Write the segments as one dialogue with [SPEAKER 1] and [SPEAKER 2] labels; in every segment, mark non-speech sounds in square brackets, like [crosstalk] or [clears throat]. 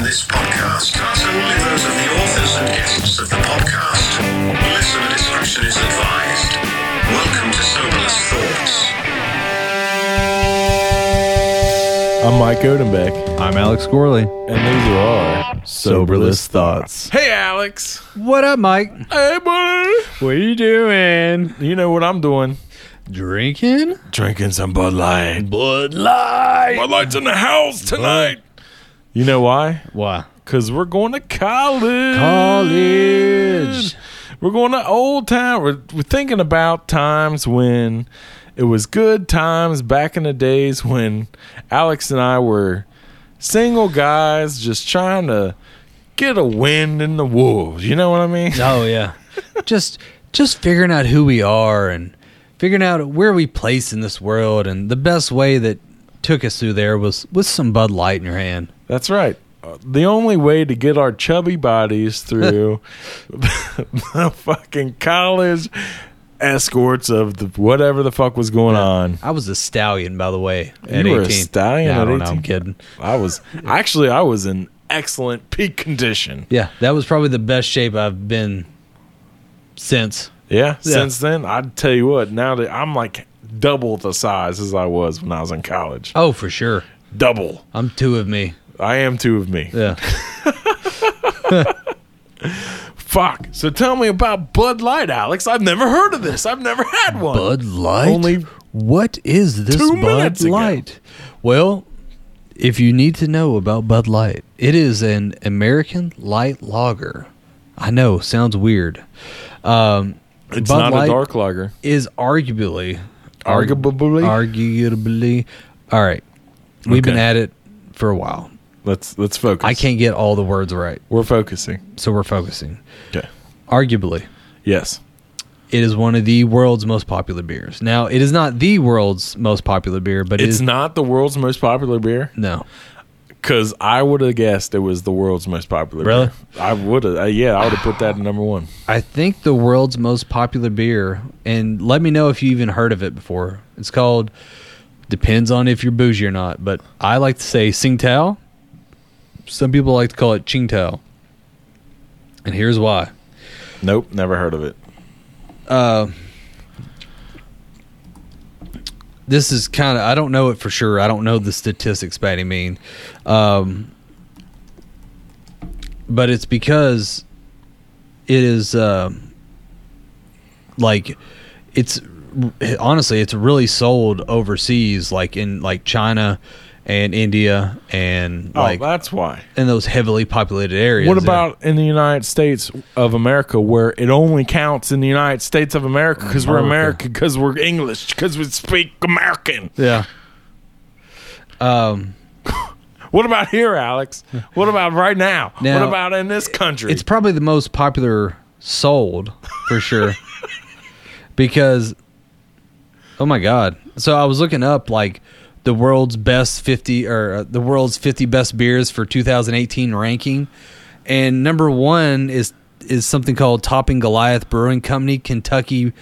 [SPEAKER 1] This podcast are solely those of the authors and guests of the podcast. Listener discretion is advised. Welcome to Soberless Thoughts.
[SPEAKER 2] I'm Mike Odenbeck,
[SPEAKER 3] I'm Alex Gorley.
[SPEAKER 2] and these are our soberless thoughts.
[SPEAKER 4] Hey, Alex.
[SPEAKER 3] What up, Mike?
[SPEAKER 4] Hey, buddy.
[SPEAKER 3] What are you doing?
[SPEAKER 2] You know what I'm doing?
[SPEAKER 3] Drinking?
[SPEAKER 2] Drinking some Bud Light.
[SPEAKER 3] Bud Light.
[SPEAKER 4] Bud Light's in the house tonight.
[SPEAKER 2] You know why?
[SPEAKER 3] Why?
[SPEAKER 2] Cause we're going to college.
[SPEAKER 3] College.
[SPEAKER 2] We're going to old town. We're, we're thinking about times when it was good times back in the days when Alex and I were single guys just trying to get a wind in the wolves. You know what I mean?
[SPEAKER 3] Oh yeah. just just figuring out who we are and figuring out where we place in this world and the best way that took us through there was with some Bud Light in your hand.
[SPEAKER 2] That's right. Uh, The only way to get our chubby bodies through [laughs] the fucking college escorts of the whatever the fuck was going on.
[SPEAKER 3] I was a stallion, by the way, at
[SPEAKER 2] You were a
[SPEAKER 3] 18.
[SPEAKER 2] stallion
[SPEAKER 3] Yeah, I
[SPEAKER 2] at
[SPEAKER 3] don't know.
[SPEAKER 2] 18?
[SPEAKER 3] I'm kidding.
[SPEAKER 2] I was actually I was in excellent peak condition.
[SPEAKER 3] Yeah, that was probably the best shape I've been since.
[SPEAKER 2] Yeah.
[SPEAKER 3] Yeah.
[SPEAKER 2] Since then, I'd tell you what. Now that I'm like double the size as I was when I was in college,
[SPEAKER 3] Oh, for sure.
[SPEAKER 2] double.
[SPEAKER 3] I'm two of me.
[SPEAKER 2] I am two of me.
[SPEAKER 3] Yeah.
[SPEAKER 2] Fuck. So tell me about Bud Light, Alex. I've never heard of this. I've never had one.
[SPEAKER 3] Bud Light?
[SPEAKER 2] Only-
[SPEAKER 3] what is this
[SPEAKER 2] Two
[SPEAKER 3] Bud
[SPEAKER 2] minutes ago.
[SPEAKER 3] Light? Well, if you need to know about Bud Light, it is an American light lager. I know, sounds weird. Um,
[SPEAKER 2] It's
[SPEAKER 3] Bud
[SPEAKER 2] not
[SPEAKER 3] Light
[SPEAKER 2] a dark lager.
[SPEAKER 3] is arguably
[SPEAKER 2] Arguably.
[SPEAKER 3] arguably. All right, we've been
[SPEAKER 2] Okay.
[SPEAKER 3] at it for a while.
[SPEAKER 2] Let's let's focus.
[SPEAKER 3] I can't get all the words right,
[SPEAKER 2] We're focusing.
[SPEAKER 3] so we're focusing.
[SPEAKER 2] Okay.
[SPEAKER 3] Arguably,
[SPEAKER 2] Yes.
[SPEAKER 3] it is one of the world's most popular beers. Now, it is not the world's most popular beer, but it
[SPEAKER 2] It's
[SPEAKER 3] is
[SPEAKER 2] not the world's most popular beer
[SPEAKER 3] no.
[SPEAKER 2] because I would have guessed it was the world's most popular.
[SPEAKER 3] Really?
[SPEAKER 2] Beer. I would have. Uh, yeah, I would have put that at number one.
[SPEAKER 3] I think the world's most popular beer, and let me know if you even heard of it before. It's called depends on if you're bougie or not, but I like to say Tsingtao. Some people like to call it Tsingtao. And here's why.
[SPEAKER 2] Nope, never heard of it.
[SPEAKER 3] This is kind of I don't know it for sure. I don't know the statistics by any mean. Um, but it's because it is um like it's honestly it's really sold overseas like in like China and India and like
[SPEAKER 2] oh, that's why.
[SPEAKER 3] in those heavily populated areas.
[SPEAKER 2] What
[SPEAKER 3] And-
[SPEAKER 2] about in the United States of America, where it only counts in the United States of America because we're
[SPEAKER 3] America.
[SPEAKER 2] American, because we're English, because we speak American?
[SPEAKER 3] yeah. Um
[SPEAKER 2] What about here, Alex?
[SPEAKER 3] [laughs]
[SPEAKER 2] What about right now?
[SPEAKER 3] Now,
[SPEAKER 2] what about in this country?
[SPEAKER 3] It's probably the most popular sold for sure. because oh my god. So I was looking up like the world's best 50 or uh, the world's 50 best beers for 2018 ranking and number 1 is is something called Topping Goliath Brewing Company Kentucky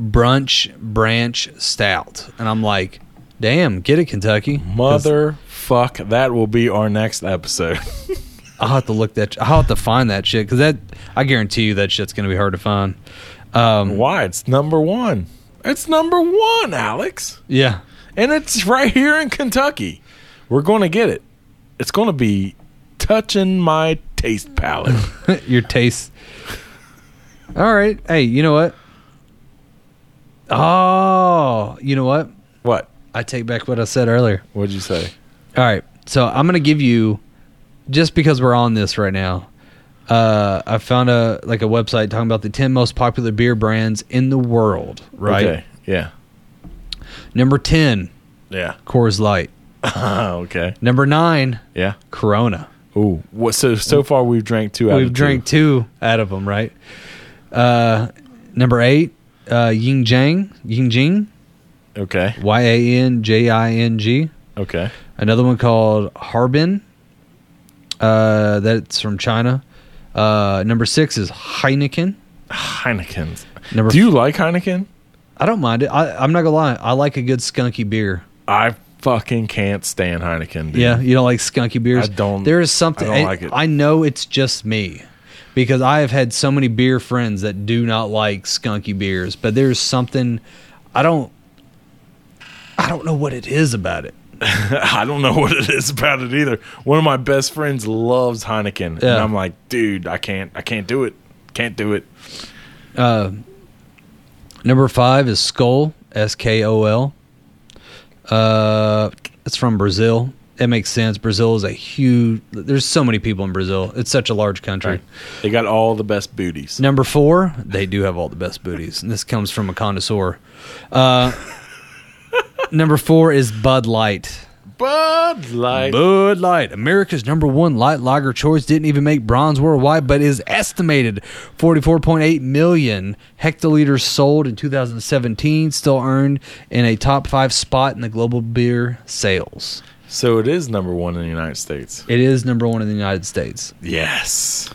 [SPEAKER 3] Brunch Branch Stout. And I'm like, "Damn, get it Kentucky."
[SPEAKER 2] [laughs]
[SPEAKER 3] 'Cause
[SPEAKER 2] Motherfuck, that will be our next episode. [laughs]
[SPEAKER 3] I'll have to look that. I'll have to find that shit because that. I guarantee you that shit's gonna be hard to find. Um,
[SPEAKER 2] Why? It's number one. It's number one, Alex.
[SPEAKER 3] yeah, [laughs]
[SPEAKER 2] And it's right here in Kentucky. We're going to get it. It's going to be touching my taste
[SPEAKER 3] [laughs]
[SPEAKER 2] palate.
[SPEAKER 3] your taste. All right. Hey, you know what? Oh, you know what?
[SPEAKER 2] what?
[SPEAKER 3] I take back what I said earlier.
[SPEAKER 2] What'd you say?
[SPEAKER 3] All right. So I'm gonna give you, just because we're on this right now. Uh, I found a like a website talking about the ten most popular beer brands in the world. Right.
[SPEAKER 2] Okay. Yeah.
[SPEAKER 3] Number ten,
[SPEAKER 2] [laughs] Yeah.
[SPEAKER 3] Coors Light.
[SPEAKER 2] Ah, okay.
[SPEAKER 3] Number nine,
[SPEAKER 2] Yeah.
[SPEAKER 3] Corona.
[SPEAKER 2] Ooh. What, so so far we've drank two. Out
[SPEAKER 3] We've
[SPEAKER 2] of
[SPEAKER 3] drank two out of them, right? Uh, number eight, uh, Ying Jang, Ying Jing,
[SPEAKER 2] Two. Okay.
[SPEAKER 3] Y A N J I N G.
[SPEAKER 2] Okay.
[SPEAKER 3] Another one called Harbin. Uh, that's from China. Uh, number six is Heineken.
[SPEAKER 2] [sighs] Heineken's.
[SPEAKER 3] Number
[SPEAKER 2] Do you like Heineken?
[SPEAKER 3] I don't mind it. I, I'm not gonna lie. I like a good skunky beer.
[SPEAKER 2] I fucking can't stand Heineken. Dude.
[SPEAKER 3] Yeah, you don't like skunky beers.
[SPEAKER 2] I don't-
[SPEAKER 3] There is something.
[SPEAKER 2] I don't like it.
[SPEAKER 3] I know it's just me because I have had so many beer friends that do not like skunky beers, but there's something I don't. I don't know what it is about it.
[SPEAKER 2] [laughs] I don't know what it is about it either. One of my best friends loves Heineken, and
[SPEAKER 3] Yeah.
[SPEAKER 2] I'm like, dude, I can't, I can't do it, can't do it.
[SPEAKER 3] Number five is Skull S K O L. Uh, it's from Brazil. It makes sense. Brazil is a huge. There's so many people in Brazil. It's such a large country.
[SPEAKER 2] They got all the best booties.
[SPEAKER 3] Number four, they do have all the best booties, and this comes from a connoisseur. Uh, number four is Bud Light.
[SPEAKER 2] Bud Light.
[SPEAKER 3] Bud Light, America's number one light lager choice, didn't even make bronze worldwide, but is estimated 44.8 million hectoliters sold in 2017, still earned in a top five spot in the global beer sales.
[SPEAKER 2] So it is number one in the United States.
[SPEAKER 3] It is number one in the United States,
[SPEAKER 2] Yes.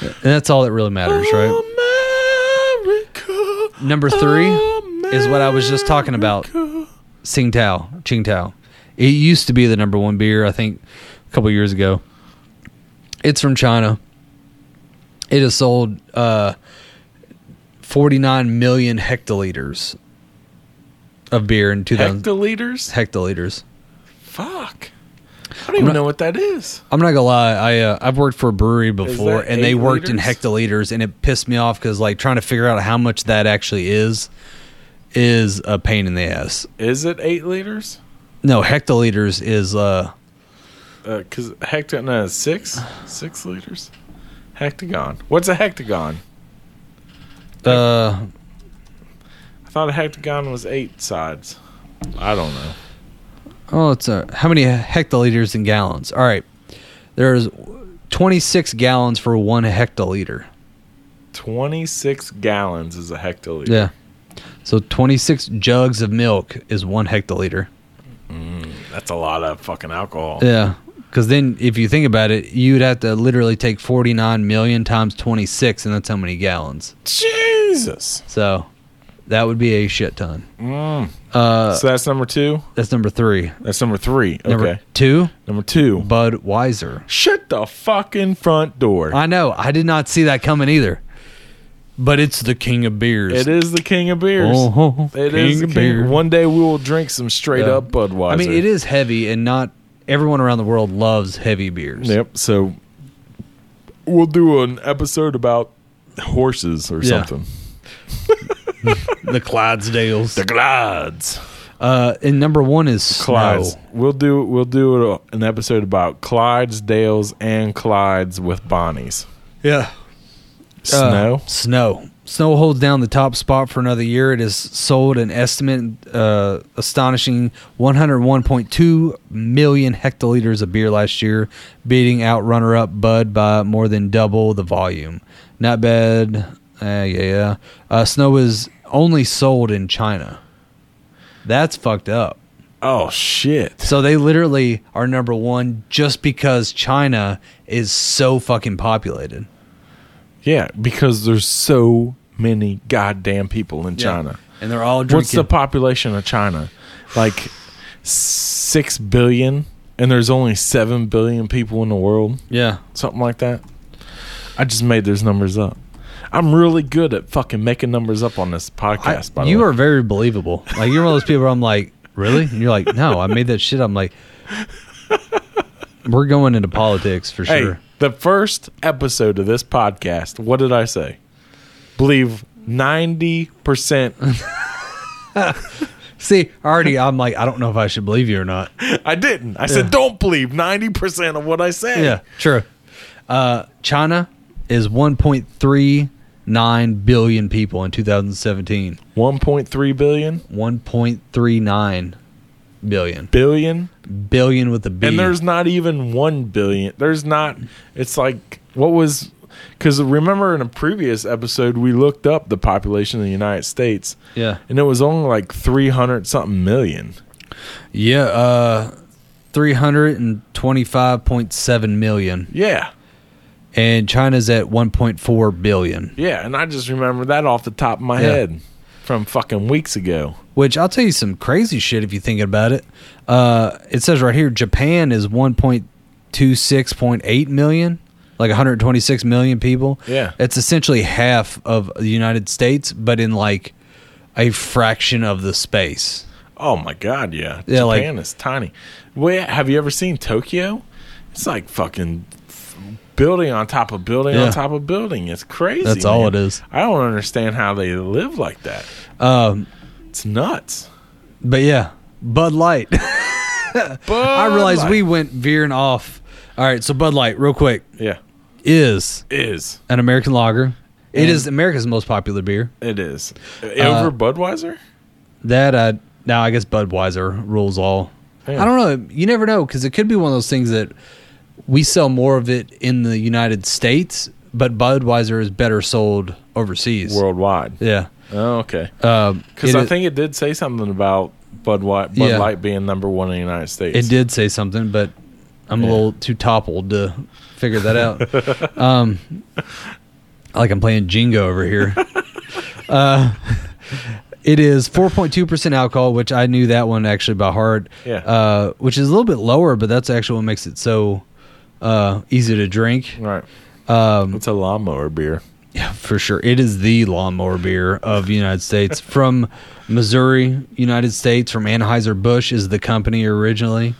[SPEAKER 3] and that's all that really matters, right?
[SPEAKER 2] America.
[SPEAKER 3] Number three is what I was just talking about. Tsingtao, Tsingtao. It used to be the number one beer, I think, a couple years ago. It's from China. It has sold uh, 49 million hectoliters of beer in 2000.
[SPEAKER 2] Hectoliters.
[SPEAKER 3] hectoliters.
[SPEAKER 2] Fuck. I don't even
[SPEAKER 3] not-
[SPEAKER 2] know what that is.
[SPEAKER 3] I'm not gonna lie. I uh, I've worked for a brewery before,
[SPEAKER 2] that
[SPEAKER 3] and they
[SPEAKER 2] eight
[SPEAKER 3] worked in
[SPEAKER 2] liters?
[SPEAKER 3] hectoliters, and it pissed me off because like trying to figure out how much that actually is is a pain in the ass.
[SPEAKER 2] Is it eight liters?
[SPEAKER 3] No, hectoliters is uh
[SPEAKER 2] Because hecto Uh, no six six liters. Hectagon. What's a hectagon?
[SPEAKER 3] uh
[SPEAKER 2] I thought a hectagon was eight sides. I don't know.
[SPEAKER 3] oh it's a how many hectoliters in gallons? All right, there's 26 gallons for one hectoliter.
[SPEAKER 2] Twenty six gallons is a hectoliter.
[SPEAKER 3] Yeah, so 26 jugs of milk is one hectoliter.
[SPEAKER 2] That's a lot of fucking alcohol.
[SPEAKER 3] Yeah. Because then, if you think about it, you'd have to literally take 49 million times 26, and that's how many gallons.
[SPEAKER 2] Jesus.
[SPEAKER 3] So that would be a shit ton.
[SPEAKER 2] so that's number two.
[SPEAKER 3] That's number three.
[SPEAKER 2] That's number three.
[SPEAKER 3] Uh, Number
[SPEAKER 2] okay.
[SPEAKER 3] two,
[SPEAKER 2] Number two.
[SPEAKER 3] Budweiser.
[SPEAKER 2] Shut the fucking front door.
[SPEAKER 3] I know. I did not see that coming either. But it's the king of beers.
[SPEAKER 2] it is the king of beers.
[SPEAKER 3] Oh,
[SPEAKER 2] It is
[SPEAKER 3] king
[SPEAKER 2] the
[SPEAKER 3] of
[SPEAKER 2] king.
[SPEAKER 3] beer.
[SPEAKER 2] One day we will drink some straight
[SPEAKER 3] Yeah.
[SPEAKER 2] up Budweiser.
[SPEAKER 3] Uh, I mean, it is heavy, and not everyone around the world loves heavy beers.
[SPEAKER 2] Yep. So we'll do an episode about horses or
[SPEAKER 3] Yeah.
[SPEAKER 2] something.
[SPEAKER 3] The Clydesdales.
[SPEAKER 2] Glides.
[SPEAKER 3] Uh, and number one is snow.
[SPEAKER 2] Clydes. We'll do we'll do a- an episode about Clydes, Dales, and Clydes with Bonnies.
[SPEAKER 3] Yeah. Uh,
[SPEAKER 2] Snow.
[SPEAKER 3] Snow. Snow holds down the top spot for another year. It has sold an estimate uh, astonishing 101.2 million hectoliters of beer last year, beating out runner-up Bud by more than double the volume. Not bad. Uh, yeah, yeah. Uh, Snow is only sold in China. That's fucked up.
[SPEAKER 2] oh shit.
[SPEAKER 3] So they literally are number one just because China is so fucking populated.
[SPEAKER 2] Yeah, because there's so many goddamn people in China.
[SPEAKER 3] and they're all drinking.
[SPEAKER 2] What's the population of China? Like six billion, and there's only seven billion people in the world.
[SPEAKER 3] Yeah.
[SPEAKER 2] something like that. I just made those numbers up. I'm really good at fucking making numbers up on this podcast. by the
[SPEAKER 3] you
[SPEAKER 2] way.
[SPEAKER 3] are very believable. Like you're one of those people where I'm like, really? And you're like, no, I made that shit. I'm like, we're going into politics for
[SPEAKER 2] hey,
[SPEAKER 3] sure.
[SPEAKER 2] the first episode of this podcast. What did I say? Believe ninety percent.
[SPEAKER 3] [laughs] See, already I'm like, I don't know if I should believe you or not.
[SPEAKER 2] I didn't. I said don't believe ninety percent of what I say.
[SPEAKER 3] Yeah, true. Uh, China is 1.39 billion people in 2017.
[SPEAKER 2] one point three billion
[SPEAKER 3] 1.39 billion.
[SPEAKER 2] billion,
[SPEAKER 3] Billion with a B.
[SPEAKER 2] and there's not even one billion. There's not. It's like what was. Because remember in a previous episode, we looked up the population of the United States,
[SPEAKER 3] yeah.
[SPEAKER 2] and it was only like 300 something million
[SPEAKER 3] Yeah, uh 325.7 million
[SPEAKER 2] yeah
[SPEAKER 3] and China's at 1.4 billion.
[SPEAKER 2] yeah and i just remember that off the top of my
[SPEAKER 3] Yeah.
[SPEAKER 2] head from fucking weeks ago.
[SPEAKER 3] Which I'll tell you some crazy shit if you think about it. Uh, it says right here Japan is 1.26.8 million, like 126 million people.
[SPEAKER 2] Yeah.
[SPEAKER 3] It's essentially half of the United States, but in like a fraction of the space.
[SPEAKER 2] Oh my god, yeah.
[SPEAKER 3] Yeah, like-
[SPEAKER 2] Japan is tiny. Wait, have you ever seen Tokyo? It's like fucking f- building on top of building
[SPEAKER 3] Yeah.
[SPEAKER 2] on top of building. It's crazy.
[SPEAKER 3] That's all
[SPEAKER 2] man.
[SPEAKER 3] it is.
[SPEAKER 2] I don't understand how they live like that.
[SPEAKER 3] Um,
[SPEAKER 2] It's nuts.
[SPEAKER 3] but yeah, Bud Light. [laughs]
[SPEAKER 2] But
[SPEAKER 3] I realized we went veering off. All right, so Bud Light, real quick,
[SPEAKER 2] yeah
[SPEAKER 3] is
[SPEAKER 2] is
[SPEAKER 3] an American lager. It
[SPEAKER 2] And-
[SPEAKER 3] is America's most popular beer.
[SPEAKER 2] it is
[SPEAKER 3] Uh,
[SPEAKER 2] over Budweiser.
[SPEAKER 3] That uh, now I guess Budweiser rules all.
[SPEAKER 2] Yeah.
[SPEAKER 3] I don't know. You never know because it could be one of those things that we sell more of it in the United States, but Budweiser is better sold overseas.
[SPEAKER 2] worldwide.
[SPEAKER 3] Yeah, Uh,
[SPEAKER 2] Oh, okay.
[SPEAKER 3] because
[SPEAKER 2] Because I think it did say something about Bud, White, Bud
[SPEAKER 3] Yeah.
[SPEAKER 2] Light being number one in the United States.
[SPEAKER 3] it did say something, but I'm a
[SPEAKER 2] Yeah.
[SPEAKER 3] little too toppled to figure that out. um, like I'm playing Jingo over
[SPEAKER 2] [laughs]
[SPEAKER 3] here. uh, it is 4.2% alcohol, which I knew that one actually by heart.
[SPEAKER 2] Yeah.
[SPEAKER 3] Uh, which is a little bit lower, but that's actually what makes it so uh, easy to drink.
[SPEAKER 2] Right. Um, it's a lawnmower beer.
[SPEAKER 3] Yeah, for sure. It is the lawnmower beer of the United States. from Missouri, United States, from Anheuser-Busch is the company originally.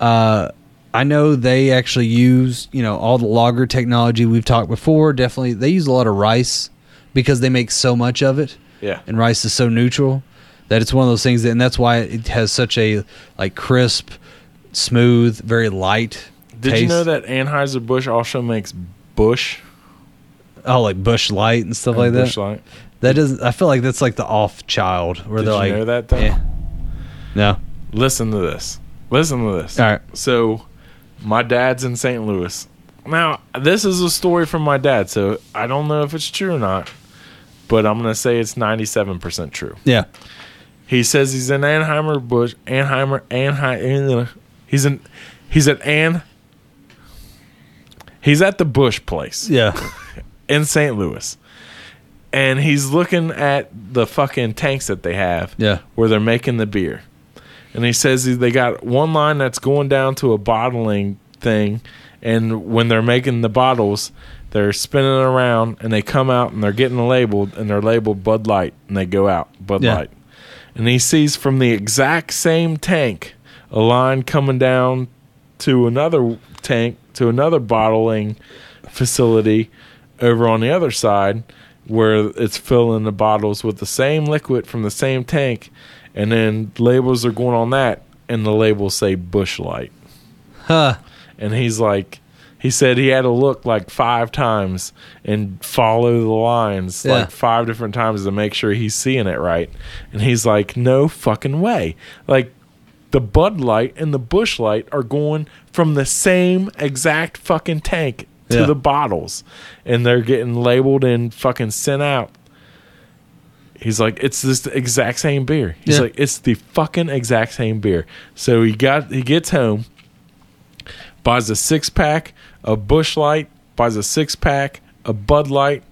[SPEAKER 3] Uh, I know they actually use, you know, all the lager technology we've talked before. Definitely, they use a lot of rice because they make so much of it.
[SPEAKER 2] Yeah.
[SPEAKER 3] And rice is so neutral that it's one of those things that, and that's why it has such a, like, crisp, smooth, very light
[SPEAKER 2] Did you
[SPEAKER 3] taste.
[SPEAKER 2] know that Anheuser Busch also makes Bush
[SPEAKER 3] Oh, like Bush Light and stuff like that.
[SPEAKER 2] Bush Light?
[SPEAKER 3] That doesn't. I feel like that's like the off child where
[SPEAKER 2] Did
[SPEAKER 3] they're
[SPEAKER 2] you
[SPEAKER 3] like.
[SPEAKER 2] know that, though?
[SPEAKER 3] Yeah. No.
[SPEAKER 2] Listen to this. Listen to this.
[SPEAKER 3] All right.
[SPEAKER 2] So, my dad's in St. Louis. Now, this is a story from my dad, so I don't know if it's true or not, but I'm going to say it's 97% true.
[SPEAKER 3] Yeah.
[SPEAKER 2] He says he's in Anheimer Bush, Anheimer, Anheimer. He's in, he's at An. He's at the Bush place
[SPEAKER 3] Yeah.
[SPEAKER 2] in St. Louis, and he's looking at the fucking tanks that they have.
[SPEAKER 3] Yeah.
[SPEAKER 2] where they're making the beer, and he says he- they got one line that's going down to a bottling thing, and when they're making the bottles, they're spinning around and they come out and they're getting labeled and they're labeled Bud Light and they go out Bud
[SPEAKER 3] Yeah.
[SPEAKER 2] Light, and he sees from the exact same tank a line coming down to another tank to another bottling facility over on the other side where it's filling the bottles with the same liquid from the same tank and then labels are going on that and the labels say bush light
[SPEAKER 3] Huh.
[SPEAKER 2] and he's like he said he had to look like five times and follow the lines
[SPEAKER 3] Yeah.
[SPEAKER 2] like five different times to make sure he's seeing it right and he's like no fucking way like the bud light and the bush light are going from the same exact fucking tank to
[SPEAKER 3] Yeah.
[SPEAKER 2] the bottles and they're getting labeled and fucking sent out He's like, it's this exact same beer. He's
[SPEAKER 3] Yeah.
[SPEAKER 2] like, it's the fucking exact same beer. So he got he gets home, buys a six pack of Bush Light, buys a six pack of Bud Light,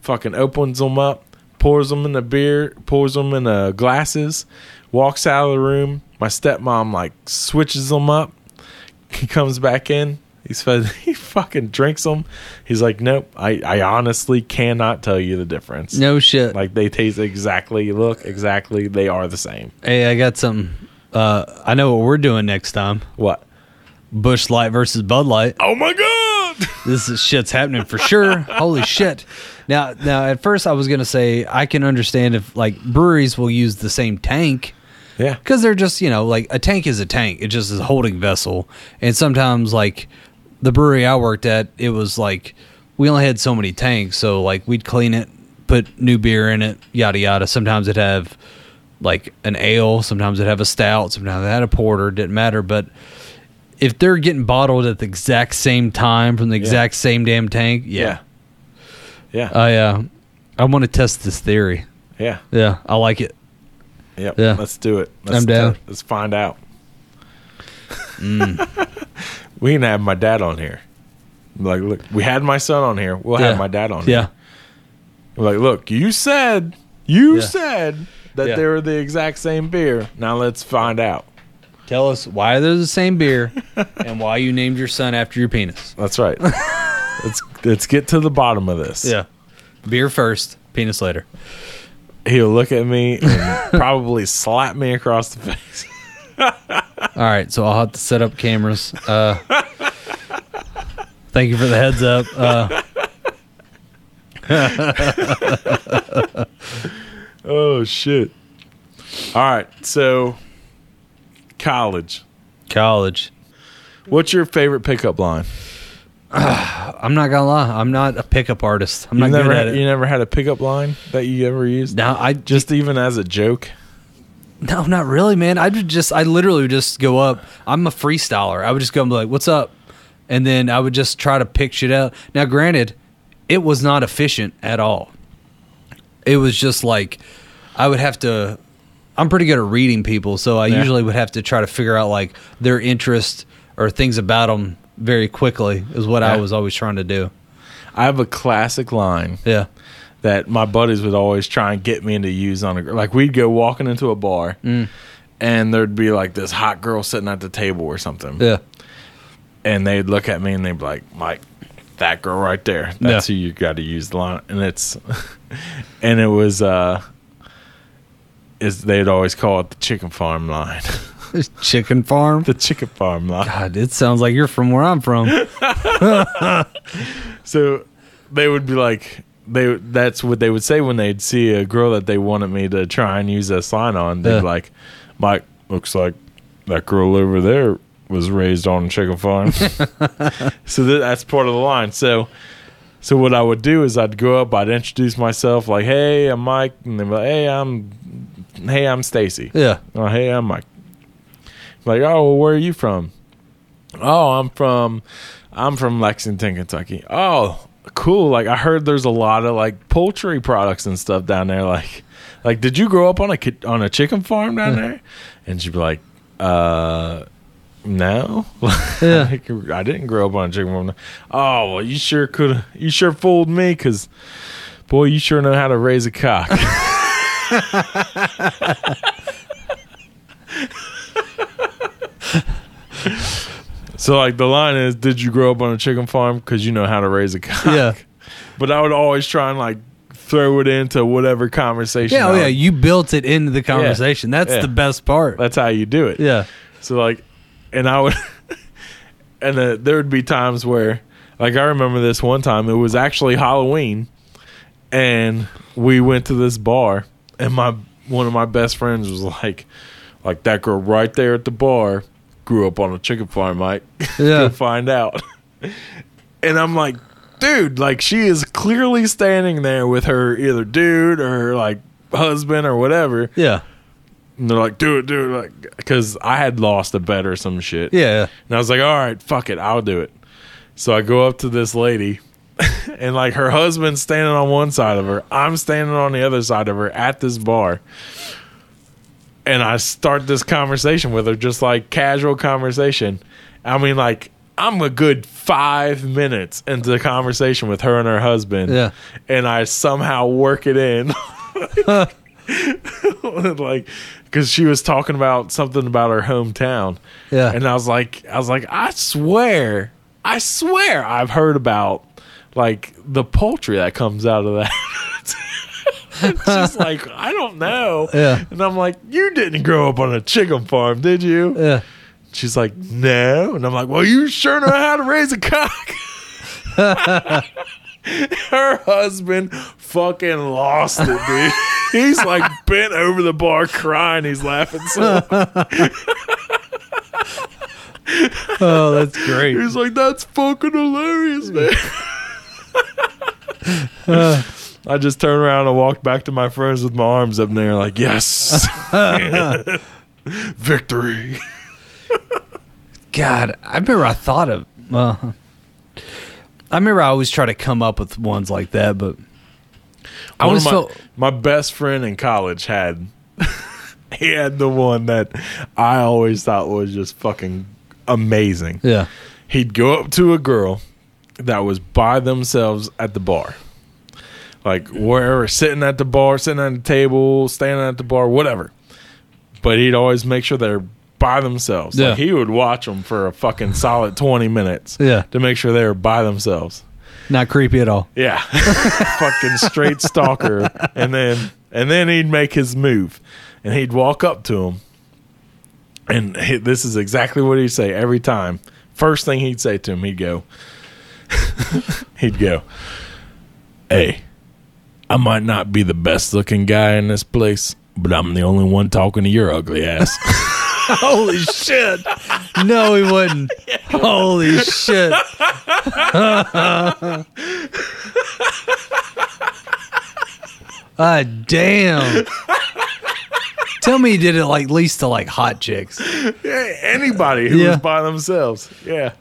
[SPEAKER 2] fucking opens them up, pours them in the beer, pours them in the glasses, walks out of the room. My stepmom like switches them up. He comes back in. He's fed, [laughs] he fucking drinks them. He's like, nope, I, I honestly cannot tell you the difference.
[SPEAKER 3] No shit.
[SPEAKER 2] Like they taste exactly, look exactly, they are the same.
[SPEAKER 3] hey, I got something. Uh, I know what we're doing next time.
[SPEAKER 2] What?
[SPEAKER 3] Bush Light versus Bud Light.
[SPEAKER 2] Oh my god!
[SPEAKER 3] This is, shit's happening
[SPEAKER 2] [laughs]
[SPEAKER 3] for sure. Holy shit. Now, now at first I was gonna say I can understand if like breweries will use the same tank.
[SPEAKER 2] Yeah.
[SPEAKER 3] because they're just you know like a tank is a tank it just is a holding vessel and sometimes like the brewery i worked at it was like we only had so many tanks so like we'd clean it put new beer in it yada yada sometimes it'd have like an ale sometimes it'd have a stout sometimes it had a porter didn't matter but if they're getting bottled at the exact same time from the exact same damn tank [laughs] yeah,
[SPEAKER 2] Yeah.
[SPEAKER 3] i uh i want to test this theory
[SPEAKER 2] yeah.
[SPEAKER 3] yeah i like it
[SPEAKER 2] Yep.
[SPEAKER 3] Yeah.
[SPEAKER 2] Let's do it. Let's
[SPEAKER 3] I'm down.
[SPEAKER 2] let's find out.
[SPEAKER 3] Mm.
[SPEAKER 2] [laughs] we can have my dad on here. Like, look, we had my son on here. We'll
[SPEAKER 3] Yeah.
[SPEAKER 2] have my dad on.
[SPEAKER 3] yeah
[SPEAKER 2] Here. Like, look, you said You
[SPEAKER 3] Yeah.
[SPEAKER 2] said that
[SPEAKER 3] Yeah.
[SPEAKER 2] they were the exact same beer. Now let's find out.
[SPEAKER 3] Tell us why they're the same beer [laughs] and why you named your son after your penis.
[SPEAKER 2] That's right.
[SPEAKER 3] [laughs]
[SPEAKER 2] let's let's get to the bottom of this.
[SPEAKER 3] Beer first, penis later.
[SPEAKER 2] He'll look at me [laughs] and probably slap me across the face.
[SPEAKER 3] All right, so I'll have to set up cameras. Uh, thank you for the heads up. Uh,
[SPEAKER 2] [laughs] Oh shit. All right, so college.
[SPEAKER 3] college.
[SPEAKER 2] What's your favorite pickup line?
[SPEAKER 3] I'm not gonna lie. I'm not a pickup artist. I'm
[SPEAKER 2] You
[SPEAKER 3] not
[SPEAKER 2] never
[SPEAKER 3] good at
[SPEAKER 2] had,
[SPEAKER 3] it.
[SPEAKER 2] you never had a pickup line that you ever used?
[SPEAKER 3] no, I just
[SPEAKER 2] Just even as a joke.
[SPEAKER 3] [laughs] no, not really, man. I would just I literally would just go up. I'm a freestyler. I would just go and be like, "What's up?" And then I would just try to pick shit out. Now, granted, it was not efficient at all. It was just like I would have to. I'm pretty good at reading people, so I
[SPEAKER 2] Yeah.
[SPEAKER 3] usually would have to try to figure out like their interest or things about them very quickly. Is what I
[SPEAKER 2] Yeah.
[SPEAKER 3] was always trying to do.
[SPEAKER 2] I have a classic line
[SPEAKER 3] Yeah.
[SPEAKER 2] that my buddies would always try and get me to use on a like we'd go walking into a bar
[SPEAKER 3] Mm.
[SPEAKER 2] and there'd be like this hot girl sitting at the table or something.
[SPEAKER 3] Yeah.
[SPEAKER 2] and they'd look at me and they'd be like, Mike, that girl right there. That's
[SPEAKER 3] Yeah.
[SPEAKER 2] who you got to use the line. And it's, [laughs] and it was, uh, is they'd always call it the chicken farm line, [laughs]
[SPEAKER 3] Chicken farm.
[SPEAKER 2] the chicken farm line.
[SPEAKER 3] [laughs] God, it sounds like you're from where I'm from.
[SPEAKER 2] So they would be like, they that's what they would say when they'd see a girl that they wanted me to try and use this line on. They'd
[SPEAKER 3] Yeah.
[SPEAKER 2] be like, Mike, looks like that girl over there was raised on a chicken farm. so th- that's part of the line. So. So what I would do is I'd go up, I'd introduce myself, like, "Hey, I'm Mike," and they'd be like, "Hey, I'm, hey, I'm Stacy."
[SPEAKER 3] Yeah.
[SPEAKER 2] Oh, hey, I'm Mike. Like, oh, well, where are you from? Oh, I'm from, I'm from Lexington, Kentucky. Oh, cool. Like, I heard there's a lot of like poultry products and stuff down there. Like, like, did you grow up on a ki- on a chicken farm down there? And she'd be like, uh, no.
[SPEAKER 3] Yeah.
[SPEAKER 2] like, [laughs] I didn't grow up on a chicken farm. Oh, well, you sure could. You sure fooled me, cause boy, you sure know how to raise a cock. [laughs] So like the line is, "Did you grow up on a chicken farm? Because you know how to raise a cock."
[SPEAKER 3] Yeah.
[SPEAKER 2] But I would always try and like throw it into whatever conversation.
[SPEAKER 3] Yeah, oh
[SPEAKER 2] I
[SPEAKER 3] yeah,
[SPEAKER 2] would-
[SPEAKER 3] you built it into the conversation. That's
[SPEAKER 2] Yeah.
[SPEAKER 3] the best part.
[SPEAKER 2] that's how you do it.
[SPEAKER 3] yeah.
[SPEAKER 2] So like, and I would, [laughs] and uh, there would be times where, like, I remember this one time. It was actually Halloween, and we went to this bar, and my one of my best friends was like, like that girl right there at the bar grew up on a chicken farm, Mike. [laughs] Go
[SPEAKER 3] Yeah.
[SPEAKER 2] find out. [laughs] And I'm like, dude, like she is clearly standing there with her either dude or her like husband or whatever.
[SPEAKER 3] Yeah.
[SPEAKER 2] And they're like, do it, do it. Like, because I had lost a bet or some shit.
[SPEAKER 3] Yeah.
[SPEAKER 2] And I was like, all right, fuck it. I'll do it. So I go up to this lady, [laughs] and like her husband's standing on one side of her. I'm standing on the other side of her at this bar. And I start this conversation with her, just like casual conversation. I mean, like, I'm a good five minutes into the conversation with her and her husband.
[SPEAKER 3] Yeah.
[SPEAKER 2] And I somehow work it in. [laughs] like, because she was talking about something about her hometown.
[SPEAKER 3] Yeah.
[SPEAKER 2] And I was like, I was like, I swear, I swear, I've heard about like the poultry that comes out of that. [laughs] It's just like I don't know.
[SPEAKER 3] [laughs] Yeah.
[SPEAKER 2] And I'm like, you didn't grow up on a chicken farm, did you?
[SPEAKER 3] Yeah.
[SPEAKER 2] She's like, no. And I'm like, well, you sure know how to raise a cock. [laughs] Her husband fucking lost it, dude. [laughs] He's like bent over the bar crying. He's laughing so hard.
[SPEAKER 3] Oh, that's great.
[SPEAKER 2] He's like, that's fucking hilarious, man. [laughs] I just turned around and walked back to my friends with my arms up in the air, like, yes, [laughs] victory.
[SPEAKER 3] God, I remember I thought of uh, I remember I always try to come up with ones like that, but I
[SPEAKER 2] One of
[SPEAKER 3] always
[SPEAKER 2] my,
[SPEAKER 3] felt
[SPEAKER 2] my best friend in college had [laughs] he had the one that I always thought was just fucking amazing.
[SPEAKER 3] Yeah.
[SPEAKER 2] he'd go up to a girl that was by themselves at the bar. like wherever, sitting at the bar, sitting at the table, standing at the bar, whatever. But he'd always make sure they're by themselves. Like
[SPEAKER 3] Yeah.
[SPEAKER 2] he would watch them for a fucking solid 20 minutes
[SPEAKER 3] Yeah.
[SPEAKER 2] to make sure they were by themselves.
[SPEAKER 3] Not creepy at all.
[SPEAKER 2] Yeah. [laughs] Fucking straight stalker. And then and then he'd make his move. And he'd walk up to him. And he, this is exactly what he'd say every time. First thing he'd say to him, he'd go [laughs] he'd go, "Hey, I might not be the best looking guy in this place, but I'm the only one talking to your ugly ass." [laughs]
[SPEAKER 3] Holy shit. No, he wouldn't. Holy shit. [laughs] Ah, damn. Tell me you did it like least to like hot chicks.
[SPEAKER 2] yeah, anybody who
[SPEAKER 3] Yeah.
[SPEAKER 2] was by themselves. Yeah.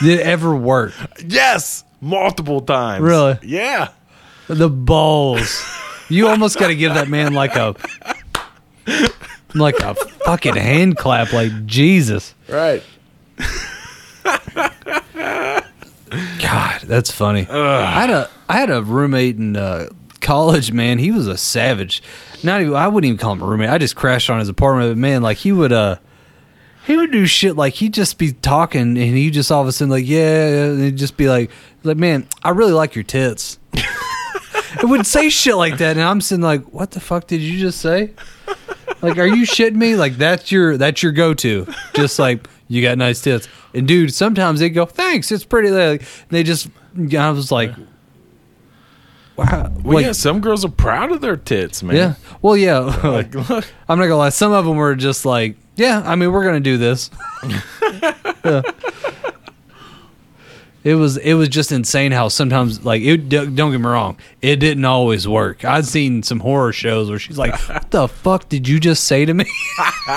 [SPEAKER 3] Did it ever work?
[SPEAKER 2] Yes, multiple times.
[SPEAKER 3] Really?
[SPEAKER 2] Yeah.
[SPEAKER 3] The balls. You almost got to give that man like a like a fucking hand clap like Jesus.
[SPEAKER 2] Right.
[SPEAKER 3] God, that's funny. I had a I had a roommate in uh, college, man. He was a savage. Not even I wouldn't even call him a roommate. I just crashed on his apartment, but man, like he would uh he would do shit like he'd just be talking and he just all of a sudden like yeah, yeah," and he'd just be like like man, I really like your tits. it would say shit like that, and I'm sitting like, what the fuck did you just say? Like, are you shitting me? Like that's your that's your go to. Just like you got nice tits, and dude, sometimes they go thanks, it's pretty. Like, they just I was like, wow,
[SPEAKER 2] Well,
[SPEAKER 3] like,
[SPEAKER 2] yeah, some girls are proud of their tits, man.
[SPEAKER 3] yeah, well, yeah. [laughs]
[SPEAKER 2] Like, [laughs] look,
[SPEAKER 3] I'm not gonna lie. Some of them were just like, yeah, I mean, we're gonna
[SPEAKER 2] [laughs]
[SPEAKER 3] do this. Yeah. It was it was just insane how sometimes like it don't don't get me wrong it didn't always work I'd seen some horror shows where she's like what the fuck did you just say to me [laughs]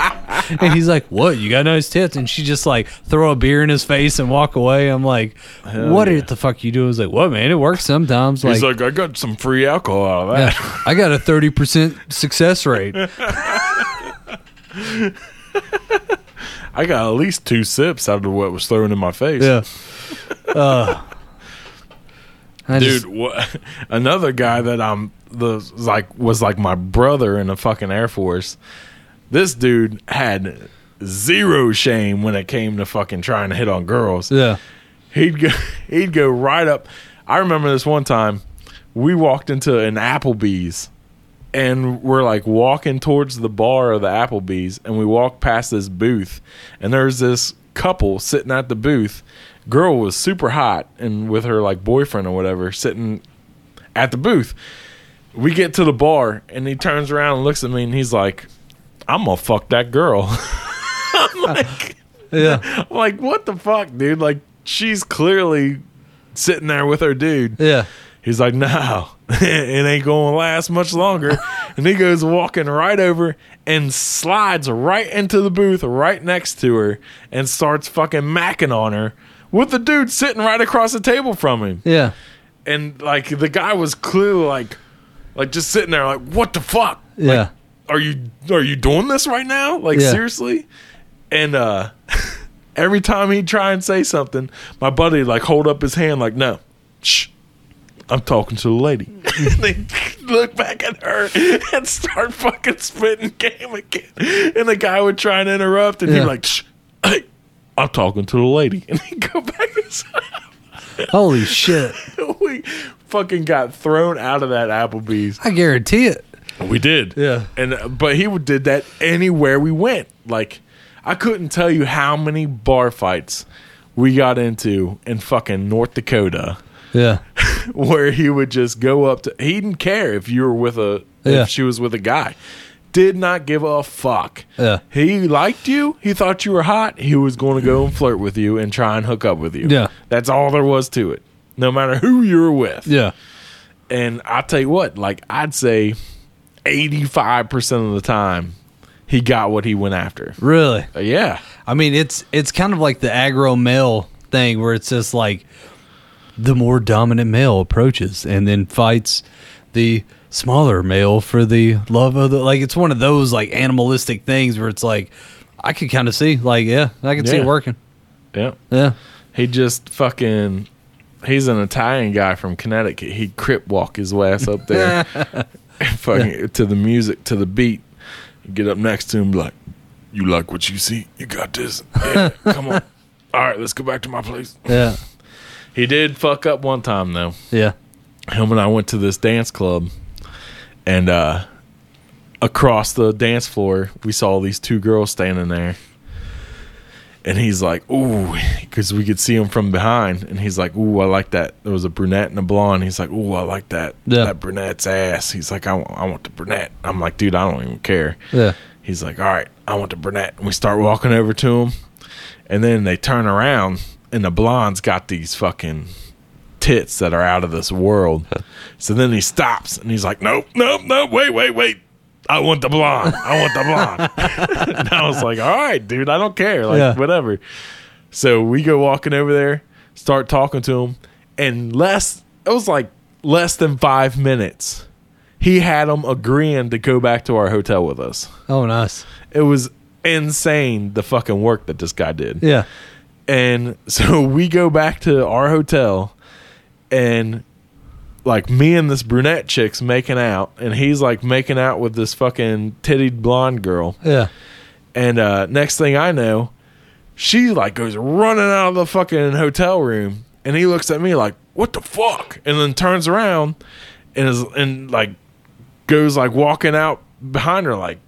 [SPEAKER 3] and he's like what you got nice tits and she just like throw a beer in his face and walk away I'm like what
[SPEAKER 2] yeah.
[SPEAKER 3] the fuck you do is like what man it works sometimes
[SPEAKER 2] he's like, I got some free alcohol out of that.
[SPEAKER 3] yeah, [laughs] I got a 30% success rate
[SPEAKER 2] [laughs] I got at least two sips out of what was thrown in my face.
[SPEAKER 3] [laughs] Yeah. Uh, I
[SPEAKER 2] Dude,
[SPEAKER 3] just-
[SPEAKER 2] wha- [laughs] another guy that I'm the like was like my brother in the fucking Air Force. This dude had zero shame when it came to fucking trying to hit on girls.
[SPEAKER 3] yeah.
[SPEAKER 2] he'd go [laughs] he'd go right up. I remember this one time we walked into an Applebee's and we're like walking towards the bar of the Applebee's and we walk past this booth and there's this couple sitting at the booth. Girl was super hot and with her like boyfriend or whatever sitting at the booth. We get to the bar and he turns around and looks at me and he's like, "I'm gonna fuck that girl." [laughs] I'm like,
[SPEAKER 3] Yeah.
[SPEAKER 2] I'm like, what the fuck, dude? Like, she's clearly sitting there with her dude.
[SPEAKER 3] Yeah.
[SPEAKER 2] He's like, no, [laughs] it ain't going to last much
[SPEAKER 3] [laughs]
[SPEAKER 2] longer. and he goes walking right over and slides right into the booth right next to her and starts fucking macking on her with the dude sitting right across the table from him.
[SPEAKER 3] Yeah.
[SPEAKER 2] And, like, the guy was clearly like, like just sitting there like, what the fuck?
[SPEAKER 3] Yeah.
[SPEAKER 2] are you are you doing this right now? Like
[SPEAKER 3] Yeah.
[SPEAKER 2] seriously? And uh [laughs] every time he'd try and say something, my buddy like hold up his hand like, no, shh. I'm talking to the lady. [laughs] and they look back at her and start fucking spitting game again. And the guy would try and interrupt and
[SPEAKER 3] Yeah.
[SPEAKER 2] he'd like, shh, hey, I'm talking to the lady. [laughs] And he'd go back inside. [laughs]
[SPEAKER 3] Holy shit.
[SPEAKER 2] we fucking got thrown out of that Applebee's.
[SPEAKER 3] I guarantee it.
[SPEAKER 2] We did.
[SPEAKER 3] Yeah.
[SPEAKER 2] And uh, but he would- did that anywhere we went. Like I couldn't tell you how many bar fights we got into in fucking North Dakota [laughs]
[SPEAKER 3] Yeah.
[SPEAKER 2] where he would just go up to he didn't care if you were with a
[SPEAKER 3] Yeah.
[SPEAKER 2] if she was with a guy. Did not give a fuck.
[SPEAKER 3] Yeah.
[SPEAKER 2] He liked you. He thought you were hot. He was going to go and flirt with you and try and hook up with you.
[SPEAKER 3] Yeah.
[SPEAKER 2] That's all there was to it. No matter who you were with.
[SPEAKER 3] Yeah.
[SPEAKER 2] And I'll tell you what, like I'd say 85% of the time he got what he went after.
[SPEAKER 3] Really.
[SPEAKER 2] Uh, yeah.
[SPEAKER 3] I mean, it's it's kind of like the aggro male thing where it's just like the more dominant male approaches and then fights the smaller male for the love of the like it's one of those like animalistic things where it's like I could kind of see like yeah, I could see
[SPEAKER 2] Yeah.
[SPEAKER 3] it working.
[SPEAKER 2] Yeah.
[SPEAKER 3] Yeah.
[SPEAKER 2] He just fucking he's an Italian guy from Connecticut. He'd crip walk his ass up
[SPEAKER 3] [laughs]
[SPEAKER 2] there, fucking to the music, to the beat. Get up next to him, be like, you like what you see? You got this. Yeah, come on. All right, let's go back to my place.
[SPEAKER 3] Yeah.
[SPEAKER 2] He did fuck up one time though
[SPEAKER 3] Yeah.
[SPEAKER 2] him and I went to this dance club, and uh, across the dance floor, we saw these two girls standing there. And he's like, "Ooh," because we could see him from behind, and he's like, "Ooh, I like that." There was a brunette and a blonde. He's like, "Ooh, I like that
[SPEAKER 3] Yeah.
[SPEAKER 2] that brunette's ass." He's like, I want, "I want the brunette." I'm like, "Dude, I don't even care."
[SPEAKER 3] Yeah.
[SPEAKER 2] He's like, "All right, I want the brunette." And we start walking over to him, and then they turn around, and the blonde's got these fucking tits that are out of this world. so then he stops and he's like, "Nope, nope, nope, wait, wait, wait." I want the blonde. I want the blonde. [laughs] and I was like, "All right, dude, I don't care. Like,
[SPEAKER 3] Yeah.
[SPEAKER 2] whatever." So we go walking over there, start talking to him, and less it was like less than five minutes. He had him agreeing to go back to our hotel with us.
[SPEAKER 3] Oh, nice.
[SPEAKER 2] It was insane the fucking work that this guy did.
[SPEAKER 3] Yeah.
[SPEAKER 2] And [laughs] so we go back to our hotel and like me and this brunette chick's making out and he's like making out with this fucking tittied blonde girl.
[SPEAKER 3] Yeah.
[SPEAKER 2] And uh next thing I know, she like goes running out of the fucking hotel room and he looks at me like, What the fuck? And then turns around and is and like goes like walking out behind her like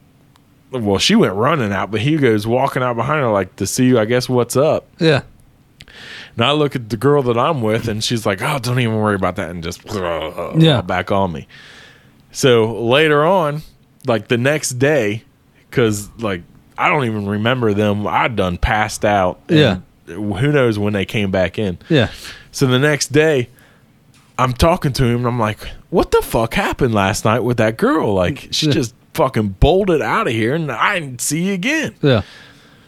[SPEAKER 2] well, she went running out, but he goes walking out behind her like to see, I guess, what's up.
[SPEAKER 3] Yeah.
[SPEAKER 2] And I look at the girl that I'm with, and she's like, "Oh, don't even worry about that," and just uh,
[SPEAKER 3] Yeah.
[SPEAKER 2] back on me. So later on, like the next day, because like I don't even remember them. I done passed out. and
[SPEAKER 3] Yeah.
[SPEAKER 2] Who knows when they came back in?
[SPEAKER 3] Yeah.
[SPEAKER 2] So the next day, I'm talking to him and I'm like, what the fuck happened last night with that girl? Like, she
[SPEAKER 3] Yeah.
[SPEAKER 2] just fucking bolted out of here and I didn't see you again.
[SPEAKER 3] Yeah.